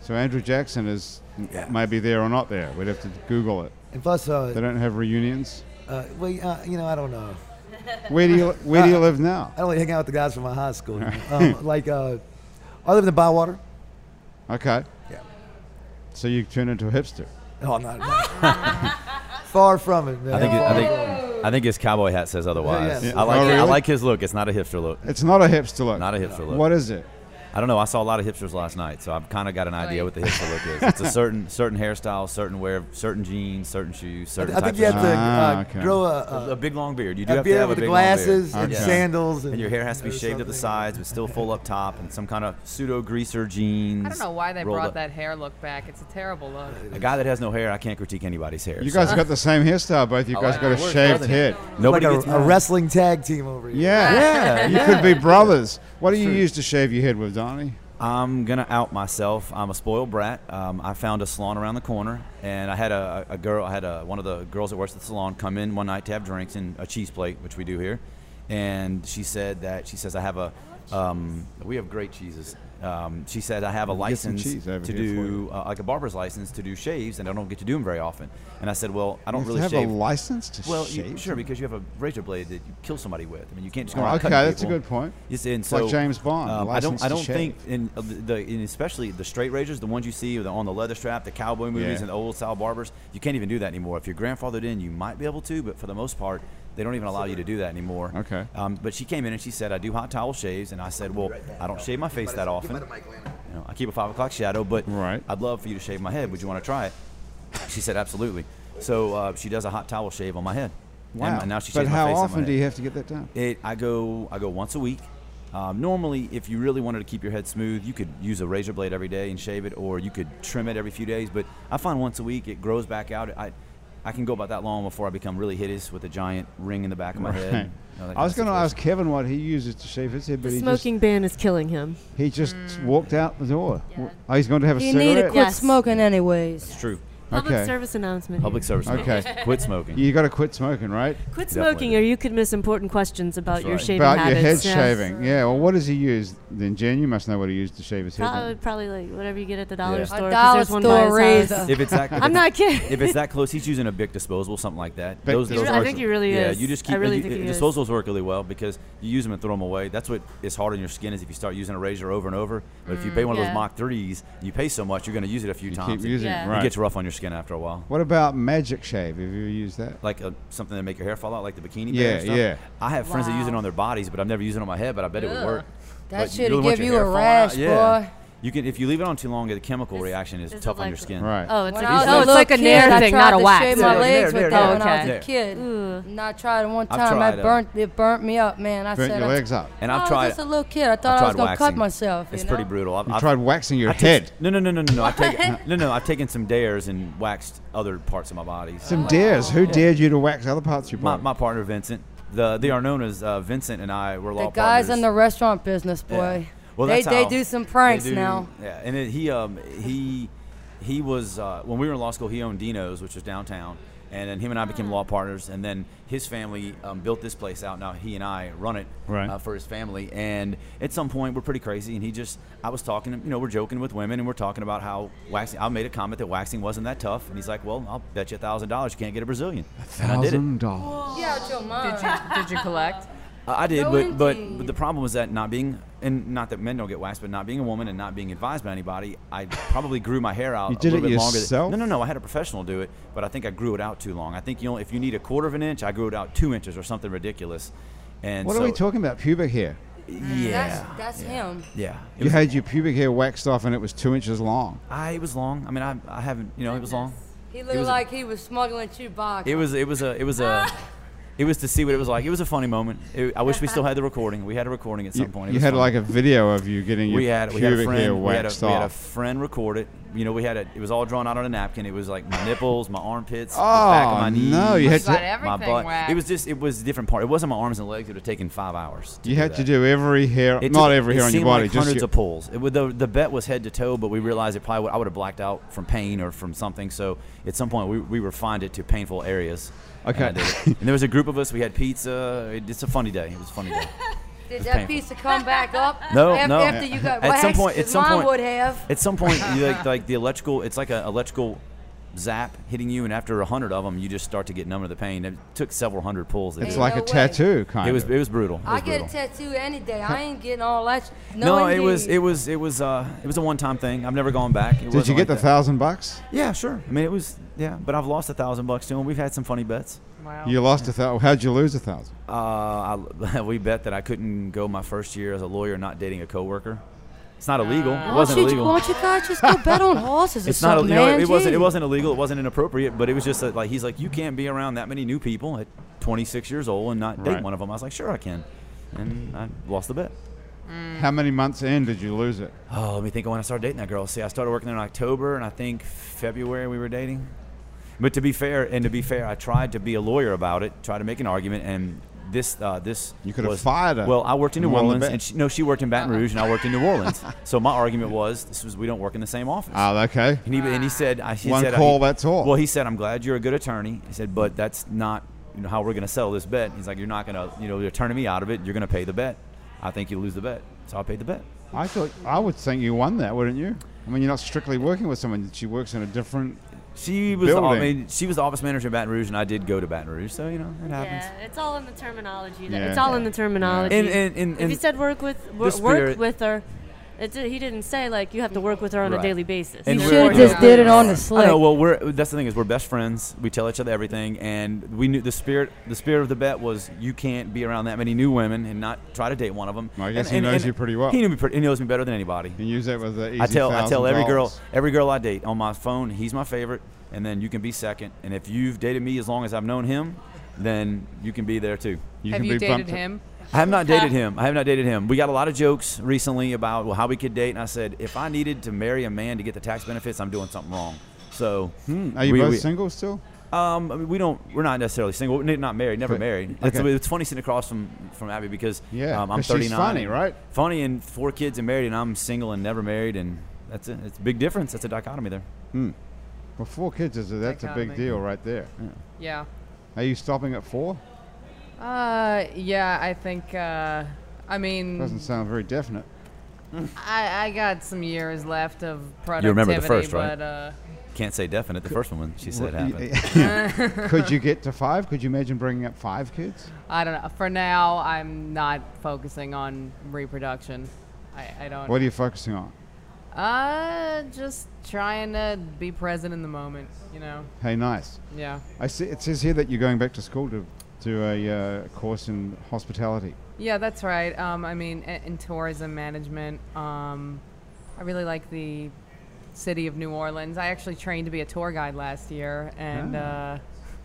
A: So Andrew Jackson is
F: Yeah.
A: maybe there or not there. We'd have to Google it.
F: And plus,
A: They
F: uh,
A: don't have reunions.
F: uh, well, uh, you know, I don't know.
A: Where do you Where do you live now?
F: I don't hang out with the guys from my high school. you know. um, like, uh, I live in the Bywater.
A: Okay,
F: Yeah.
A: so you turn into a hipster.
F: No, Oh, I'm not. <laughs> Far from it, man.
B: I think, it, I, think, I think his cowboy hat says otherwise.
F: yes.
B: I like
A: Oh,
B: I
A: really?
B: like his look. It's not a hipster look.
A: It's not a hipster look.
B: Not a hipster look.
A: What is it?
B: I don't know. I saw a lot of hipsters last night, so I've kind of got an idea what the hipster look is.
C: <laughs>
B: It's a certain certain hairstyle, certain wear, certain jeans, certain shoes, certain
F: I
B: types
F: think you have
B: of
F: to
A: Ah,
F: uh,
A: okay.
F: grow a,
B: shoes.
F: a,
B: a big long beard. You do
F: a
B: have to
F: beard
B: have
F: with
B: a
F: the
B: big long beard.
F: glasses and
A: Okay.
F: sandals. And,
B: And your hair has to be
F: or
B: shaved at the
F: something.
B: sides, but still full up top, and some kind of pseudo greaser jeans.
C: I don't know why they
B: rolled
C: brought
B: up.
C: that hair look back. It's a terrible look.
B: A guy that has no hair, I can't critique anybody's hair.
A: You
B: so-
A: guys got the same hairstyle, both. You
B: Oh, I
A: guys
B: like
A: got a
B: it. It works,
A: shaved
B: doesn't it?
A: head.
B: nobody
F: like
B: gets
F: a, a
B: mad.
F: wrestling tag team over here.
A: Yeah. <laughs>
B: Yeah,
A: You could be brothers. What do you use to shave your head with, Donnie?
B: I'm gonna out myself. I'm a spoiled brat. Um, I found a salon around the corner, and I had a, a girl. I had a, one of the girls that works at the salon come in one night to have drinks and a cheese plate, which we do here. And she said that she says I have a. Um, we have great cheeses. Um, she said I have a
A: get some
B: license
A: cheese
B: to
A: over here for
B: do
A: you.
B: uh, like a barber's license to do shaves, and I don't get to do them very often. And I said, well, I don't
A: You
B: really
A: have
B: shave.
A: a license to
B: well,
A: shave.
B: you, sure, because you have a razor blade that you kill somebody with. I mean, you can't just go
A: Oh,
B: around
A: okay,
B: cutting
A: that's a
B: people.
A: good point.
B: Yes, and
A: like
B: so
A: James Bond,
B: um, I
A: License
B: don't.
A: to
B: I don't
A: Shave.
B: think in uh, the, the in especially the straight razors, the ones you see with the, on the leather strap, the cowboy movies,
A: Yeah.
B: and the old style barbers. You can't even do that anymore. If you're grandfathered in, you might be able to, but for the most part, they don't even allow you to do that anymore.
A: Okay.
B: Um, but she came in and she said, "I do hot towel shaves," and I said, "Well, I don't shave my face that often. You know, I keep a five o'clock shadow, but
A: Right.
B: I'd love for you to shave my head. Would you want to try it?" She said, "Absolutely." So uh, she does a hot towel shave on my head. And-
A: Wow.
B: And now she
A: but
B: shaves my
A: how
B: face and my
A: often do
B: head.
A: you have to get that done?
B: It, I go I go once a week. Um, normally, if you really wanted to keep your head smooth, you could use a razor blade every day and shave it, or you could trim it every few days. But I find once a week it grows back out. I I can go about that long before I become really hideous with a giant ring in the back of my head. and, you know, that
A: I was
B: kind
A: going
B: of
A: to ask
B: situation.
A: Kevin what he uses to shave his head, but
D: The
A: he
D: smoking ban is killing him.
A: just he just walked out the door.
D: Yeah.
A: Oh, he's going to have a
E: You need
A: cigarette.
E: to quit
D: Yes.
E: smoking anyways.
B: It's true.
D: Public
A: Okay.
D: service announcement.
B: Public service.
A: Okay.
B: announcement. Quit smoking.
A: You got to quit smoking, right?
D: here. Quit
B: Definitely.
D: smoking, or you could miss important questions about
B: That's
D: your
B: right.
D: shaving
A: About
D: habits.
A: your head
D: Yeah.
A: shaving. Yeah. Well, what does he use then, Jen? You must know what he used to shave his head.
D: Probably,
A: with.
D: probably like whatever you get at the dollar
B: Yeah. A
D: store. 'cause
E: dollar
D: there's one
E: store
D: by his house.
E: razor.
B: If it's that, if
D: I'm
B: it's-
D: not kidding.
B: If it's that close, he's using a big disposable, something like that.
A: But-
B: Those,
A: He
B: those
A: re-
D: I
B: works-
D: think he really
B: yeah,
D: is.
B: you just
D: I
B: keep.
D: really
B: you-
D: think he is.
B: disposables work really well because you use them and throw them away. That's what is hard on your skin is if you start using a razor over and over. But if you pay one of
D: Mm, yeah.
B: those Mach threes, you pay so much, you're going to use it a few
A: Keep
B: times.
A: using it,
D: Yeah. You
B: It
A: right?
B: gets rough on your skin after a while.
A: What about magic shave? Have you ever used that?
B: Like a, something to make your hair fall out, like the bikini.
A: Yeah,
B: bear and stuff.
A: yeah.
B: I have friends that use it
E: Wow.
B: on their bodies, but I've never used it on my head. But I bet it would
C: Ugh.
B: work.
E: That
B: But
E: shit'll
B: really want
E: give
B: your
E: you
B: hair
E: a
B: falling out.
E: rash,
B: yeah.
E: boy.
B: You can if you leave it on too long, the chemical
D: This-
B: reaction is
D: this is
B: tough on your
D: like a-
B: skin.
A: Right.
D: <laughs> Oh, it's
E: When
D: like,
E: I was
D: oh, it's like a
E: little
D: nair
E: kid, I
D: thing,
E: tried
D: not a
E: to
D: wax.
E: Shave
B: Yeah,
E: my
B: nair,
E: legs
B: nair,
E: with that
B: nair.
E: when I was
B: Okay.
E: a kid.
D: Ooh.
E: And I tried it one
B: I've
E: time.
B: tried,
E: I
B: uh,
E: burnt it burnt me up, man. I
A: Burnt
E: said
A: your
E: I-
A: legs up.
B: And
E: I
D: Oh,
B: I've
E: was
B: tried.
E: just a little kid. I
B: I've
E: thought I
B: tried
E: was gonna cut
B: waxing.
E: myself.
B: It's
E: you
B: pretty
E: know?
B: brutal. I've,
A: You
B: I've-
A: tried waxing your
B: I
A: head.
B: Took, no, no, no, no, no. no.
E: <laughs>
B: I've taken no, no. I've taken some dares and waxed other parts of my body. So,
A: Some
B: like,
A: dares. Who dared you to wax other parts of your
B: my,
A: body?
B: my partner Vincent, the they are known as uh, Vincent and I were law
E: The guys in the
B: partners.
E: restaurant business,
B: Yeah.
E: boy.
B: Well,
E: they
B: that's
E: they
B: how-
E: do some pranks
B: they do-
E: now.
B: Yeah, and it, he um he he was uh, when we were in law school. He owned Dino's, which was downtown, and then him and I became
E: Ah.
B: law partners. And then his family um, built this place out. Now he and I run it
A: Right.
B: uh, for his family. And at some point, we're pretty crazy. And he just I was talking, to him, you know, we're joking with women, and we're talking about how waxing. I made a comment that waxing wasn't that tough, and he's like, "Well, I'll bet you a thousand dollars you can't get a Brazilian." And I did it.
A: Thousand dollars.
E: Yeah, out your mind.
C: Did you, did you
D: <laughs>
C: collect?
B: I I did,
E: No,
B: but, but
E: indeed.
B: but the problem was that not being and not that men don't get waxed, but not being a woman and not being advised by anybody, I probably grew my hair out
A: You did
B: a little
A: it
B: bit longer. than-
A: yourself?
B: No, no, no. I had a professional do it, but I think I grew it out too long. I think you know if you need a quarter of an inch, I grew it out two inches or something ridiculous. And
A: What
B: so,
A: are we talking about? Pubic hair.
B: Yeah,
E: That's that's him.
B: yeah. It
A: You
B: was,
A: had your pubic hair waxed off, and it was two inches long.
B: I it was long. I mean, I, I haven't you know it was long.
E: He
B: It
E: looked
B: was a-
E: like he was smuggling Chewbacca.
B: It was it was a it was a. It was to see what it was like. It was a funny moment. It, I wish we still had the recording. We had a recording at some
A: You,
B: point. It
A: you
B: was
A: had
B: funny.
A: like a video of you getting your
B: we had we
A: pubic
B: had a
A: hair
B: friend we had a,
A: waxed
B: we had a
A: off.
B: friend record it. You know, we had it. It was all drawn out on a napkin. It was like my nipples, my armpits, the back of
A: Oh,
B: my knees.
A: no, you had
C: Just about
A: to-
B: my
C: everything
B: butt.
C: waxed.
B: It was just. It was a different part. It wasn't my arms and legs. It would have taken five hours. To
A: you
B: do
A: had
B: that.
A: to do every hair,
B: It
A: not
B: took-
A: every
B: it
A: hair on your
B: seemed
A: body,
B: Like
A: just
B: hundreds
A: your,
B: of pulls. It, would- the, the bet was head to toe, but we realized it probably would, I would have blacked out from pain or from something. So at some point, we, we refined it to painful areas. and
A: Okay.
B: I did it. and there was a group of us. We had pizza. It, it's a funny day. It was a funny day.
E: Did
B: It's
E: that
B: painful.
E: piece pizza come back up?
B: No,
E: after,
B: no.
E: After you got
B: At
E: waxed,
B: some point- at
E: 'Cause
B: some
E: mine
B: point-
E: would have.
B: At some point, you
E: <laughs>
B: like, like the electrical, it's like an electrical zap hitting you, and after a hundred of them, you just start to get numb to the pain. It took several hundred pulls. It
A: It's
B: was,
E: Ain't
A: like
E: no
A: a
E: way.
A: tattoo, kind
B: it was,
A: of.
B: it was brutal. It was
E: I get
B: brutal.
E: a tattoo any day. I ain't getting all that. sh-
B: No,
E: No,
B: it was
E: indeed.
B: it was it was uh it was a one time thing. I've never gone back. It
A: Did you
B: wasn't
A: get the
B: like that.
A: thousand bucks?
B: Yeah, sure. I mean, it was yeah, but I've lost a thousand bucks to him. We've had some funny bets.
C: Wow.
A: You lost a thousand. How'd you lose a thousand?
B: Uh, I, <laughs> we bet that I couldn't go my first year as a lawyer not dating a coworker. It's not illegal. It
E: Oh. Why
B: wasn't
E: don't you-
B: illegal.
E: Why don't you guys just go bet on horses or
B: It's not.
E: something,
B: You know,
E: man?
B: it wasn't. It
E: Gee.
B: wasn't illegal. It wasn't inappropriate. But it was just that, like he's like, you can't be around that many new people at 26 years old and not date
A: Right.
B: one of them. I was like, sure I can, and I lost the bet.
A: How many months in did you lose it?
B: Oh, let me think. of When I started dating that girl, see, I started working there in October, and I think February we were dating. But to be fair, and to be fair, I tried to be a lawyer about it, tried to make an argument, and this uh, this
A: You could have
B: was-
A: fired her
B: Well, I worked in
A: and
B: New
A: won the
B: Orleans,
A: bet.
B: and she, no, she worked in Baton Rouge, and I worked in New
A: <laughs>
B: Orleans. so my argument was, this was we don't work in the same office.
A: Oh, okay.
B: And he, and he said, I, he
A: One
B: said,
A: call,
B: he-
A: that's all.
B: Well, he said, I'm glad you're a good attorney. He said, but that's not you know, how we're going to settle this bet. He's like, you're not going to, you know, you're turning me out of it. You're going to pay the bet. I think you lose the bet. So I paid the bet.
A: I thought I would think you won that, wouldn't you? I mean, you're not strictly working with someone; she works in a different.
B: She was, the, I
A: Building.
B: mean, she was the office manager in Baton Rouge, and I did go to Baton Rouge. So, you know, it happens.
D: Yeah, it's all in the terminology. that-
A: Yeah.
D: It's all in the terminology.
B: And- and- and-
D: if he
B: and
D: said work with wor-
B: spirit-
D: work with her, it, di- he didn't say like you have to work with her on
B: Right.
D: a daily basis.
B: And
E: You
B: we're-
E: should have
B: you know,
E: just did it on the
B: I
E: slick.
B: know. Well, we're that's the thing is we're best friends. We tell each other everything, and we knew the spirit. The spirit of the bet was you can't be around that many new women and not try to date one of them.
A: I guess he knows you pretty well.
B: He knew me. Pretty, he knows me better than anybody.
A: You use that with the easy
B: I tell I tell every girl
A: $1,000.
B: every girl I date on my phone, he's my favorite, and then you can be second. And if you've dated me as long as I've known him, then you can be there too.
A: You
C: Have
A: can
C: you
A: be
C: dated
A: bumped up.
C: him?
B: I have not dated him. I have not dated him. We got a lot of jokes recently about well, how we could date, and I said if I needed to marry a man to get the tax benefits, I'm doing something wrong. So
A: Hmm, Are you
B: we-
A: both
B: we-
A: single still?
B: um, I mean, we don't. We're not necessarily single. We're not married. Never
A: But-
B: married. It's,
A: okay.
B: it's funny sitting across from from Abby because
A: Yeah,
B: um, I'm
A: 'cause she's
B: 39.
A: funny, right?
B: Funny and four kids and married, and I'm single and never married, and that's it. It's a big difference. That's a dichotomy there.
A: Well, four kids is that's a big
C: Dichotomy.
A: deal right there.
C: Yeah.
A: Are you stopping at four?
C: Uh, yeah, I think, uh, I mean,
A: Doesn't sound very definite.
C: I, I got some years left of productivity.
B: You remember the first, right?
C: but, Uh,
B: Can't say definite. The first one, when she said
A: Well,
B: happened.
A: <laughs>
C: <laughs>
A: y- Could you get to five? Could you imagine bringing up five kids?
C: I don't know. For now, I'm not focusing on reproduction. I, I don't.
A: What are you focusing on?
C: Uh, just trying to be present in the moment, you know?
A: Hey, nice.
C: Yeah.
A: I see. It says here that you're going back to school to do a uh, course in hospitality.
C: Yeah, that's right. Um, I mean, i- in tourism management, um, I really like the city of New Orleans. I actually trained to be a tour guide last year, and
A: Ah.
C: uh,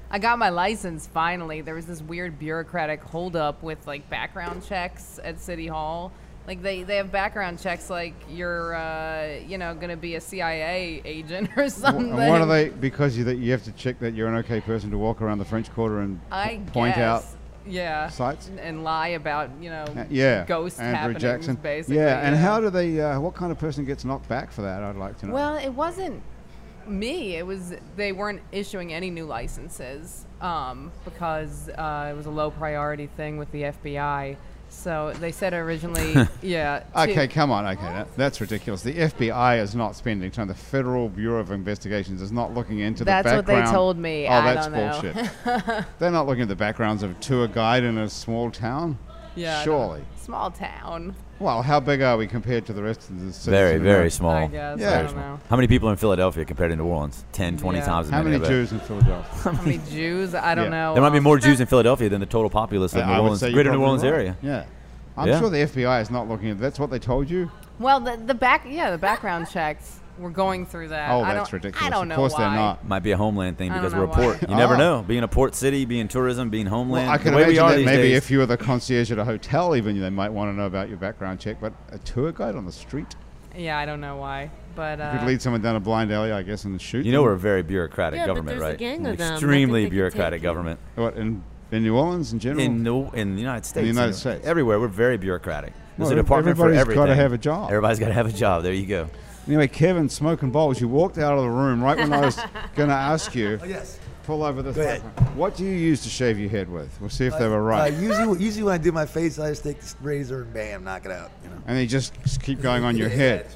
C: I got my license finally. There was this weird bureaucratic holdup with like background checks at City Hall. Like they, they have background checks like you're uh, you know gonna be a CIA agent <laughs> or
A: Wh-
C: something.
A: And what are they? Because you that you have to check that you're an okay person to walk around the French Quarter and
C: I
A: point out.
C: guess. Yeah.
A: sites?
C: and lie about you know
A: Uh, yeah,
C: ghost
A: Andrew
C: happenings
A: Jackson.
C: basically.
A: yeah, and
C: yeah.
A: how do they? Uh, what kind of person gets knocked back for that? I'd like to know.
C: Well, it wasn't me. It was they weren't issuing any new licenses um, because uh, it was a low priority thing with the FBI. So they
B: <laughs>
C: said originally, yeah. to-
A: Okay, come on. Okay, that, that's ridiculous. The FBI is not spending time. The Federal Bureau of Investigations is not looking into
C: That's
A: the
C: what they
A: background.
C: told me.
A: Oh,
C: I
A: that's
C: don't know.
A: bullshit.
C: <laughs>
A: They're not looking at the backgrounds of a tour guide in a small town.
C: Yeah, I don't-
A: surely.
B: <laughs>
C: Small town,
A: Well, how big are we compared to the rest of the cities?
B: Very,
A: in
B: very
A: America?
B: small.
C: I guess.
A: Yeah.
C: I don't know.
B: How many people in Philadelphia compared to New Orleans? 10, 20
C: Yeah.
B: times as
A: How
B: many.
A: many
B: I bet.
A: Jews in Philadelphia?
C: How many Jews? I don't
A: Yeah.
C: know.
B: There might be
C: Um,
B: more Jews in Philadelphia than the total populace of New
A: I would
B: Orleans,
A: say you're
B: greater New
A: probably
B: Orleans
A: right.
B: area.
A: Yeah. I'm
B: Yeah.
A: sure the FBI is not looking at. That's what they told you.
C: Well, the, the back, yeah, the background checks. We're going through that.
A: Oh,
C: I
A: that's
C: don't,
A: ridiculous.
C: I don't
A: of
C: know
A: course
C: why.
A: they're not.
B: Might be a homeland thing
C: I don't
B: because
C: know
B: we're a
C: why.
B: port. You never
A: Ah.
B: know. Being a port city, being tourism, being homeland.
A: Well, I can
B: the way we
A: imagine
B: are
A: that
B: these
A: maybe
B: days,
A: if you were the concierge at a hotel, even they might want to know about your background check. But a tour guide on the street
C: Yeah, I don't know why. But uh,
A: could lead someone down a blind alley, I guess, and shoot.
B: you know
A: them.
B: we're a very bureaucratic
D: Yeah, but
B: government,
D: there's a
B: right?
D: gang
B: An
D: of them. I think they
B: extremely
D: could take
B: bureaucratic
D: you.
B: government.
A: What in in New Orleans in general?
B: In the in the United States,
A: United
B: anyway.
A: States.
B: everywhere we're very bureaucratic. There's
A: Well,
B: a department for
A: everybody's
B: everything.
A: gotta have a job.
B: Everybody's got to have a job. There you go.
A: anyway, Kevin, smoking bowls. You walked out of the room right when I
C: <laughs>
A: was going to ask you.
F: Oh, Yes.
A: Pull over this.
F: Go ahead.
A: microphone. What do you use to shave your head with? We'll see if they were right.
F: Uh, usually, usually when I do my face, I just take the razor and bam, knock it out. You know,
A: and they just s- keep going on
B: <laughs>
A: your head.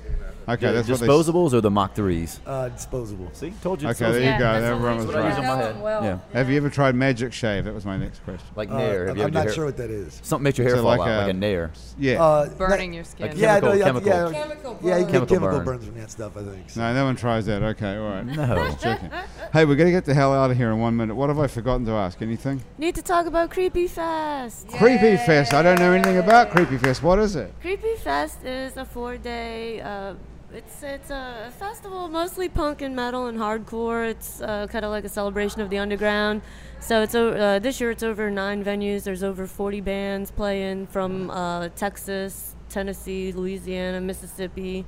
A: Okay, that's what they. s-
B: Disposables or the Mach threes.
F: uh, disposable.
B: See, told you.
A: Okay, there
D: Yeah,
A: you go.
D: that's
A: Everyone
D: what
A: was
D: I
B: Right.
D: use
B: on
A: right.
B: my
E: Yeah,
B: head.
E: well-
B: yeah.
A: Have you ever tried Magic Shave? That was my next question.
B: Like
F: Uh,
B: Nair. Have
F: I'm,
B: you
F: I'm
B: ever
F: not
B: heard-
F: sure what that is.
B: Something makes your hair
A: So
B: fall
A: like
B: out like
A: a-
B: a Nair.
A: Yeah.
F: Uh,
C: burning
F: not-
C: your skin.
F: Yeah, no,
B: Chemical,
F: yeah, yeah,
E: chemical
F: yeah, you
B: burn.
F: get chemical
B: Chemical
F: burns from that stuff. I think. So.
A: no, no one tries that. Okay, all right.
B: No.
A: Joking. Hey, we're going to get the hell out of here in one minute. What have I forgotten to ask? Anything?
D: Need to talk about Creepy Fest.
A: Creepy Fest. I don't know anything about Creepy Fest. What is it?
D: Creepy Fest is a four-day. Uh, it's it's a festival mostly punk and metal and hardcore. It's uh, kind of like a celebration of the underground. So it's o- uh, this year it's over nine venues. There's over 40 bands playing from uh, Texas, Tennessee, Louisiana, Mississippi.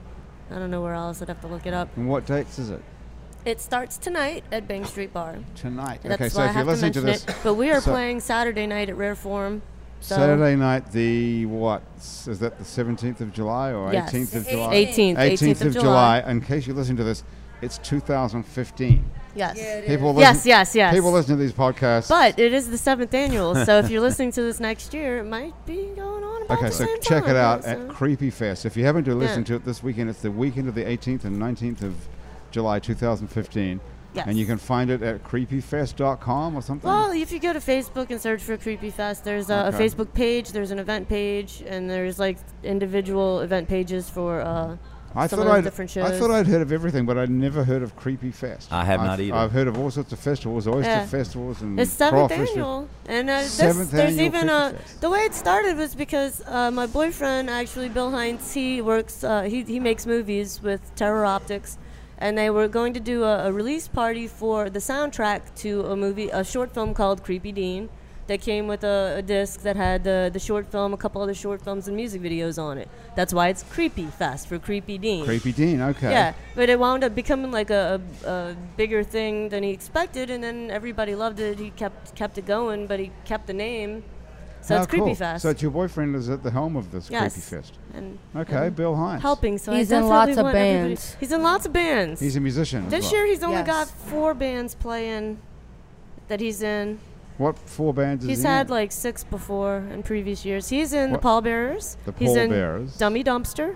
D: I don't know where else. I'd have to look it up.
A: And what dates is it?
D: It starts tonight at Bang Street Bar.
A: Tonight.
D: That's
A: okay,
D: why
A: so
D: I
A: if you're
D: have to
A: listening to,
D: mention
A: this,
D: it. But we are
A: so-
D: playing Saturday night at Rare Form. So
A: Saturday night, the what? S- Is that the 17th of July or
D: Yes.
A: 18th of
E: The
A: July?
D: 18th, 18th of July.
A: In case you listen to this, it's 2015.
D: Yes.
E: Yeah, it is.
A: People
D: Yes,
A: listen-
D: yes, yes.
A: People listen to these podcasts.
D: But it is the seventh annual,
A: <laughs>
D: so if you're listening to this next year, it might be going on about
A: Okay,
D: the
A: so
D: same
A: check
D: time,
A: it out
D: so-
A: at Creepy Fest. If you haven't to listen
D: Yeah.
A: to it this weekend, it's the weekend of the 18th and 19th of July 2015.
D: Yes.
A: And you can find it at creepyfest.com or something.
D: well, if you go to Facebook and search for Creepy Fest, there's a,
A: Okay.
D: a Facebook page, there's an event page, and there's like individual event pages for uh,
A: I thought,
D: some of the
A: I'd,
D: different shows.
A: I thought I'd heard of everything, but I'd never heard of Creepy Fest.
B: I have
A: I've,
B: not either.
A: I've heard of all sorts of festivals, oyster
D: Yeah.
A: festivals, and
D: It's seventh
A: Mm, crawfish fest-
D: annual, and uh, this,
A: Seventh
D: there's
A: annual
D: even
A: Creepy
D: a.
A: Fest.
D: The way it started was because uh, my boyfriend, actually Bill Hines, he works, uh, he he makes movies with Terror Optics, and they were going to do a, a release party for the soundtrack to a movie, a short film called Creepy Dean, that came with a, a disc that had the the short film, a couple other short films and music videos on it. That's why it's Creepy Fest for Creepy Dean.
A: Creepy Dean, okay.
D: Yeah, but it wound up becoming like a, a, a bigger thing than he expected, and then everybody loved it. He kept kept it going, but he kept the name, So
A: How
D: it's Creepy
A: Oh, cool.
D: Fest.
A: So it's your boyfriend is at the helm of this
D: yes.
A: Creepy Fest.
D: And
A: Okay, Bill Hines.
D: helping. So
E: He's
D: I
E: in
D: definitely
E: lots of
D: want everybody-
E: bands.
D: He's in lots of bands.
A: He's a musician. as
D: this
A: well.
D: year he's only
E: Yes.
D: got four bands playing that he's in.
A: What four bands is
D: He's
A: he in?
D: had like six before in previous years. He's in
A: What?
D: the pallbearers.
A: The
D: he's in
A: Pallbearers.
D: Dummy Dumpster.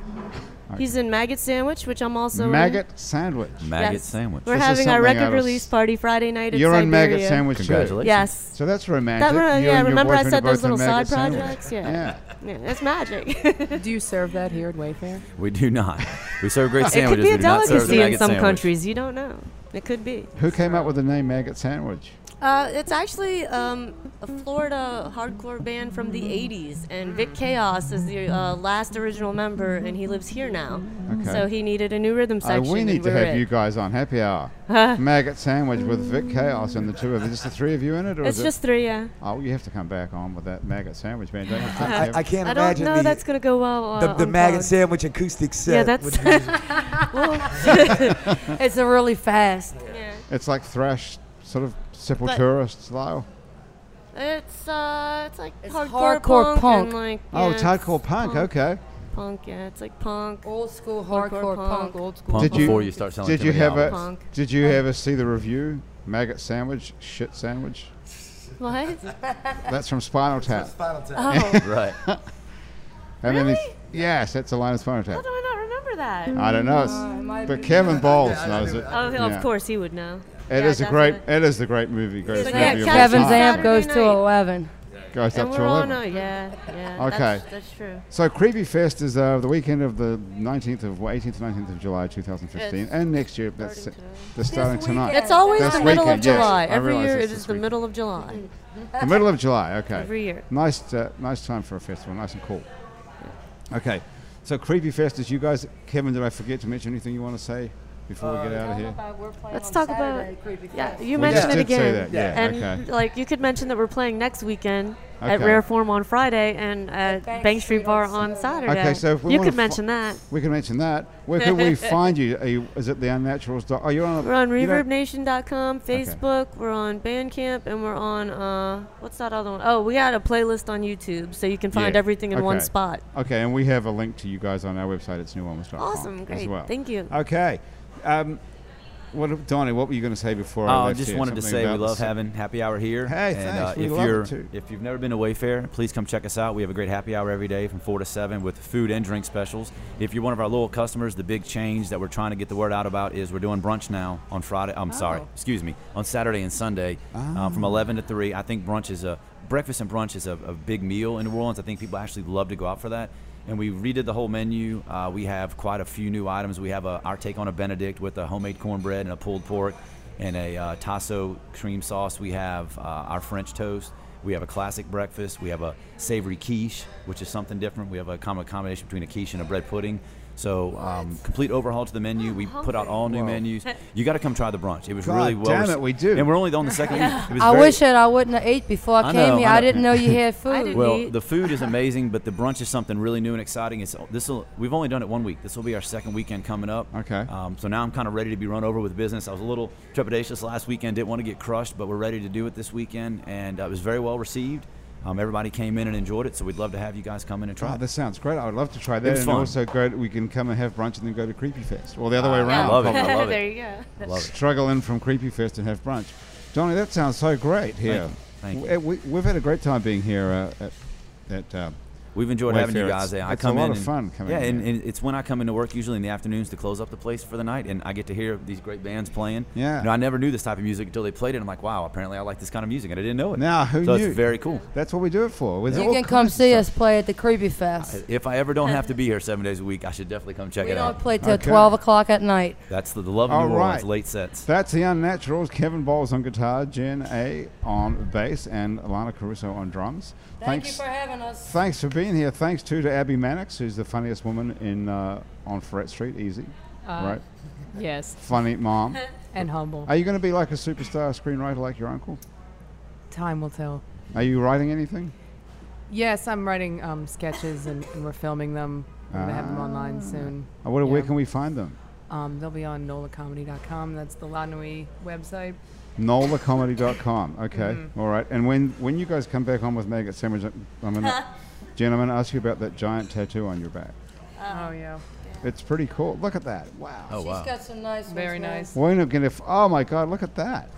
D: He's in Maggot Sandwich, which I'm also in.
A: Maggot Sandwich.
B: <laughs> Maggot
D: Yes.
B: sandwich.
D: We're
A: This is
D: having our
A: something out
D: record
A: of
D: release
A: s-
D: party Friday night at
A: You're on Maggot
D: Siberia.
A: Sandwich too.
B: Congratulations.
D: Yes.
A: So that's romantic.
D: That re-
A: You
D: yeah,
A: and your
D: remember I
A: boyfriend are
D: said those
A: both on
D: little
A: Maggot
D: side
A: Sandwich.
D: projects? Yeah.
A: Yeah.
D: Yeah, That's <laughs> magic.
C: Do you serve that here at Wayfair?
B: We do not. We serve great
D: it could
B: sandwiches.
D: be a
B: we do not serve the
D: delicacy in
B: maggot
D: some
B: sandwich.
D: countries. You don't know. It could be.
A: Who came up with the name Maggot Sandwich?
D: Uh, it's actually um, a Florida hardcore band from the 80s, and Vic Chaos is the uh, last original member, and he lives here now.
A: Okay.
D: Mm, So he needed a new rhythm
A: Oh,
D: section.
A: we
D: and
A: need to
D: we're
A: have
D: it.
A: you guys on Happy Hour. Maggot Sandwich with Vic Chaos and the two of you. Just the three of you in it, or
D: Mm. It's
A: is
D: just three, yeah.
A: it? Oh, you have to come back on with that Maggot Sandwich band. Don't you think,
F: I,
A: Kevin?
F: I can't
D: <laughs> I don't
F: imagine
D: know
F: the,
D: that's going to go well. Uh,
F: the, the maggot
D: unplugged.
F: sandwich acoustic set.
D: that's-
F: would be-
E: It's a really fast.
D: Yeah.
A: it's like thrash, sort of Sepultura style.
D: It's, uh, it's like
E: It's
D: hardcore,
E: hardcore
D: punk.
E: punk.
D: And like,
A: oh,
D: yeah,
A: it's hardcore punk. Okay.
D: Punk, yeah. It's like punk.
E: Old school
D: Hardcore
E: hardcore
D: punk.
E: punk. Old school.
B: Punk
A: Did you-
B: before you start selling
A: Did
B: too
A: you
B: many
A: have
B: albums.
A: a?
D: Punk.
A: Did you ever see the review? Maggot Sandwich, shit sandwich.
D: What?
A: That's from Spinal
D: <laughs>
A: Tap.
F: Spinal Tap.
A: <laughs>
D: Oh,
B: Right.
A: And then it's- yes, that's a line of Spinal
D: how
A: Tap.
D: do I not remember that?
A: I don't know. It's, but Kevin Balls knows it.
D: Oh,
A: Yeah.
D: of course he would know.
A: It is a
D: that's
A: great.
D: what
A: It is a great movie. Great
D: But
A: movie.
D: yeah,
A: of all
D: Kevin's
E: Kevin's
A: time.
D: Saturday
E: amp goes to
D: night.
E: 11.
A: goes
D: And
A: up to
D: we're on,
A: eleven.
D: a, yeah, yeah.
A: Okay.
D: That's, that's true.
A: So Creepy Fest is uh, the weekend of the 19th of well, 18th, 19th of July, 2015,
D: It's
A: and next year. That's
D: starting today.
A: they're starting tonight.
E: weekend.
D: It's always
A: That's
D: the middle
A: weekend,
D: of
A: yes.
D: July.
A: I
D: Every
A: realize
D: year
A: it's
D: it
A: this
D: is the
A: weekend.
D: middle of July.
A: The middle of July. Okay.
D: Mm-hmm. Every year.
A: Nice, uh, nice time for a festival. Nice and cool. Okay. So Creepy Fest is you guys. Kevin, did I forget to mention anything you want to say before we get out of here?
D: Let's talk about yeah. You
A: We
D: mentioned
A: just did
D: it
A: say that,
D: again,
A: yeah,
D: and
A: okay.
D: like you could mention that we're playing next weekend at
A: Okay.
D: Rare Form on Friday and at
E: Bank
D: Bank
E: Street
D: Street Bar
E: on
D: on
E: Saturday.
D: Saturday.
A: Okay, so if we
D: you
A: wanna
D: could
A: fi-
D: mention that.
A: We can mention that. Where can we find you? Are you is it the Unnaturals? dot- Oh, you're on.
D: We're on
A: you don't-
D: ReverbNation.com, Facebook. We're on Bandcamp, and we're on uh, what's that other one? Oh, we got a playlist on YouTube, so you can find
A: Yeah.
D: everything in one
A: Okay.
D: spot.
A: Okay, and we have a link to you guys on our website. It's newalmonds.com
D: Awesome,
A: As
D: great,
A: well.
D: thank you.
A: Okay. Um, what, Donnie, what were you going to say before I
B: Oh, I
A: left
B: just
A: here?
B: wanted to
A: Something
B: say we
A: about
B: love
A: the-
B: having happy hour here.
A: Hey,
B: and,
A: thanks.
B: Uh,
A: We
B: if
A: love it
B: you're
A: too.
B: if you've never been to Wayfair, please come check us out. We have a great happy hour every day from four to seven with food and drink specials. If you're one of our loyal customers, the big change that we're trying to get the word out about is we're doing brunch now on Friday. I'm sorry,
C: Oh.
B: excuse me, on Saturday and Sunday um, from 11 to 3. I think brunch is a breakfast and brunch is a, a big meal in New Orleans. I think people actually love to go out for that. And we redid the whole menu. Uh, we have quite a few new items. We have a, our take on a Benedict with a homemade cornbread and a pulled pork and a uh, tasso cream sauce. We have uh, our French toast. We have a classic breakfast. We have a savory quiche, which is something different. We have a com- combination between a quiche and a bread pudding. So, um, complete overhaul to the menu. We put out all new menus. You got to come try the brunch. It was really
A: God
B: well.
A: damn
B: rece-
A: it, we do.
B: And we're only on the second
E: <laughs>
B: week. It was
E: I
B: very-
E: wish that I wouldn't have ate before I,
B: I
E: came
B: know, <laughs>
E: here.
B: I
E: I,
B: know.
E: didn't know you had food.
D: didn't
B: Well,
D: Neat.
B: the food is amazing, but the brunch is something really new and exciting. It's this. We've only done it one week. This will be our second weekend coming up.
A: Okay.
B: Um, so now I'm kind of ready to be run over with business. I was a little trepidatious last weekend. Didn't want to get crushed, but we're ready to do it this weekend, and uh, it was very well received. Um, everybody came in and enjoyed it, so we'd love to have you guys come in and try.
A: Oh,
B: it.
A: this sounds great. I would love to try that.
B: was
A: and
B: fun.
A: also, go, we can come and have brunch and then go to Creepy Fest. Or the other way
B: I
A: around.
B: love it.
D: <laughs>
A: probably.
B: I love
D: there
B: it.
D: you go.
B: Love it.
A: Struggle in from Creepy Fest and have brunch. Donnie, that sounds so great here.
B: you. Thank you.
A: W- We, have had a great time being here uh, at. at uh,
B: We've enjoyed having
A: Wayfair,
B: you
A: it's-
B: guys. I
A: it's a
B: come
A: lot
B: in
A: of
B: and-
A: fun coming
B: Yeah,
A: in
B: and,
A: here.
B: and it's when I come into work usually in the afternoons to close up the place for the night, and I get to hear these great bands playing.
A: Yeah.
B: you know, I never knew this type of music until they played it. I'm like, wow, apparently I like this kind of music, and I didn't know it.
A: now, who
B: so
A: knew?
B: it's very cool.
A: That's what we do it for. There's
E: you
A: all
E: can come
A: kinds of
E: see
A: stuff.
E: us play at the Creepy Fest.
B: If I ever don't have to be here seven days a week, I should definitely come check
E: We
B: it
E: don't
B: out.
E: play till
A: Okay.
E: 12 o'clock at night.
B: That's the, the love
A: All
B: of New Orleans
A: right.
B: late sets.
A: That's the Unnaturals. Kevin Bowles on guitar, Jen A on bass, and Alana Caruso on drums. thanks,
E: having us.
A: thanks for being here. Thanks too to Abby Mannix, who's the funniest woman in uh, on Fret Street. Easy, right?
C: Yes,
A: Funny mom.
C: and humble.
A: Are you going to be like a superstar screenwriter like your uncle?
C: Time will tell.
A: Are you writing anything?
C: Yes, I'm writing um, sketches and, and we're filming them. We're gonna have them online soon.
A: Or Uh, what, Where
C: Yeah.
A: can we find them?
C: Um, they'll be on nolacomedy.com. That's the La Nui website.
A: NolaComedy.com. Okay, all right. And when when you guys come back on with Meg at Sandwich, I'm gonna, Jen, I'm gonna ask you about that giant tattoo on your back.
C: Oh yeah.
A: It's pretty cool. Look at that. Wow.
B: Oh wow.
E: She's got some nice ones.
C: Very
E: man.
C: nice.
A: We're not gonna. F- oh my God! Look at that.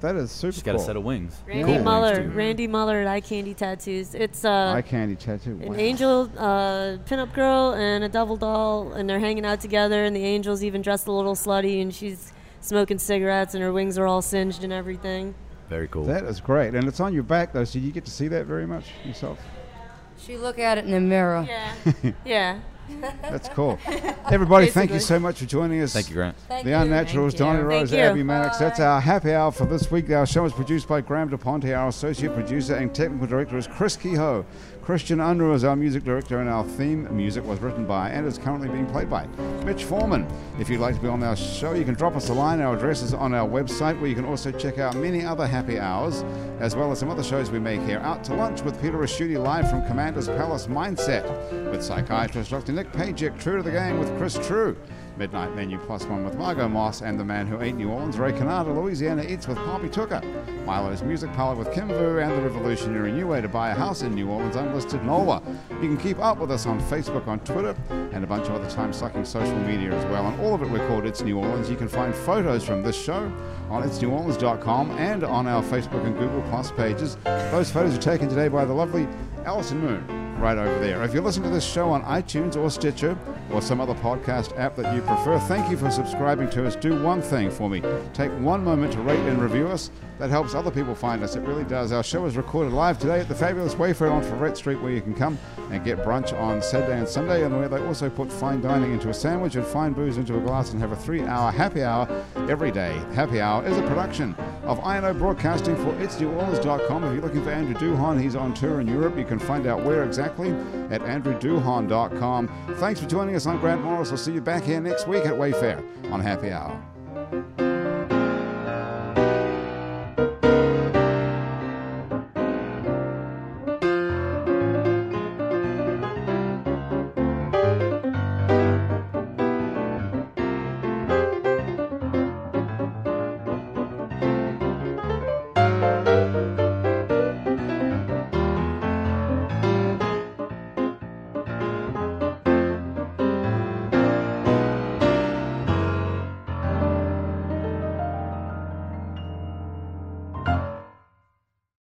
A: That is super.
B: She's got a
A: cool.
B: set of wings.
D: Randy
A: Cool.
D: Muller,
B: Thanks, dude.
D: Randy Muller at Eye Candy Tattoos. It's
A: eye
D: uh,
A: candy tattoo.
D: an
A: Wow.
D: angel, uh, pinup girl, and a devil doll, and they're hanging out together. And the angel's even dressed a little slutty, and she's smoking cigarettes, and her wings are all singed
A: <laughs>
D: and everything.
B: Very cool.
A: That is great, and it's on your back though, so you get to see that very much yourself.
E: She look at it in the mirror.
D: Yeah, yeah.
A: That's
D: <laughs>
A: cool. Everybody, thank you
D: Basically.
A: so much for joining us.
B: Thank you, Grant.
E: Thank
A: the
E: you.
A: Unnaturals,
D: Thank
A: Donny
D: you.
A: Rose,
D: Thank you.
A: Abby Maddox. That's our happy hour for this week. Our show is produced by Graham DuPont. Our associate producer and technical director is Chris Kehoe. Christian Unruh is our music director, and our theme music was written by and is currently being played by Mitch Foreman. If you'd like to be on our show, you can drop us a line. Our address is on our website, where you can also check out many other happy hours, as well as some other shows we make here. Out to lunch with Peter Raschuti live from Commander's Palace Mindset, with psychiatrist Dr. Nick Pajek, True to the Game with Chris True. Midnight Menu Plus One with Margot Moss and The Man Who Ate New Orleans, Ray Canada, Louisiana Eats with Poppy Tucker, Milo's Music Parlor with Kim Vu, and The Revolutionary New Way to Buy a House in New Orleans, Unlisted NOLA. You can keep up with us on Facebook, on Twitter, and a bunch of other time sucking social media as well. On all of it, we're called It's New Orleans. You can find photos from this show on itsneworleans.com and on our Facebook and Google Plus pages. Those photos are taken today by the lovely Alison Moon right over there. If you listen to this show on iTunes or Stitcher or some other podcast app that you prefer, thank you for subscribing to us. Do one thing for me take one moment to rate and review us. That helps other people find us. It really does. Our show is recorded live today at the fabulous Wayfair on Ferret Street, where you can come and get brunch on Saturday and Sunday, and where they also put fine dining into a sandwich and fine booze into a glass and have a three hour happy hour every day. Happy Hour is a production of INO Broadcasting for itsneworleans.com. If you're looking for Andrew Duhon, he's on tour in Europe. You can find out where exactly at andrewduhon.com. Thanks for joining us. I'm Grant Morris. I'll see you back here next week at Wayfair on Happy Hour.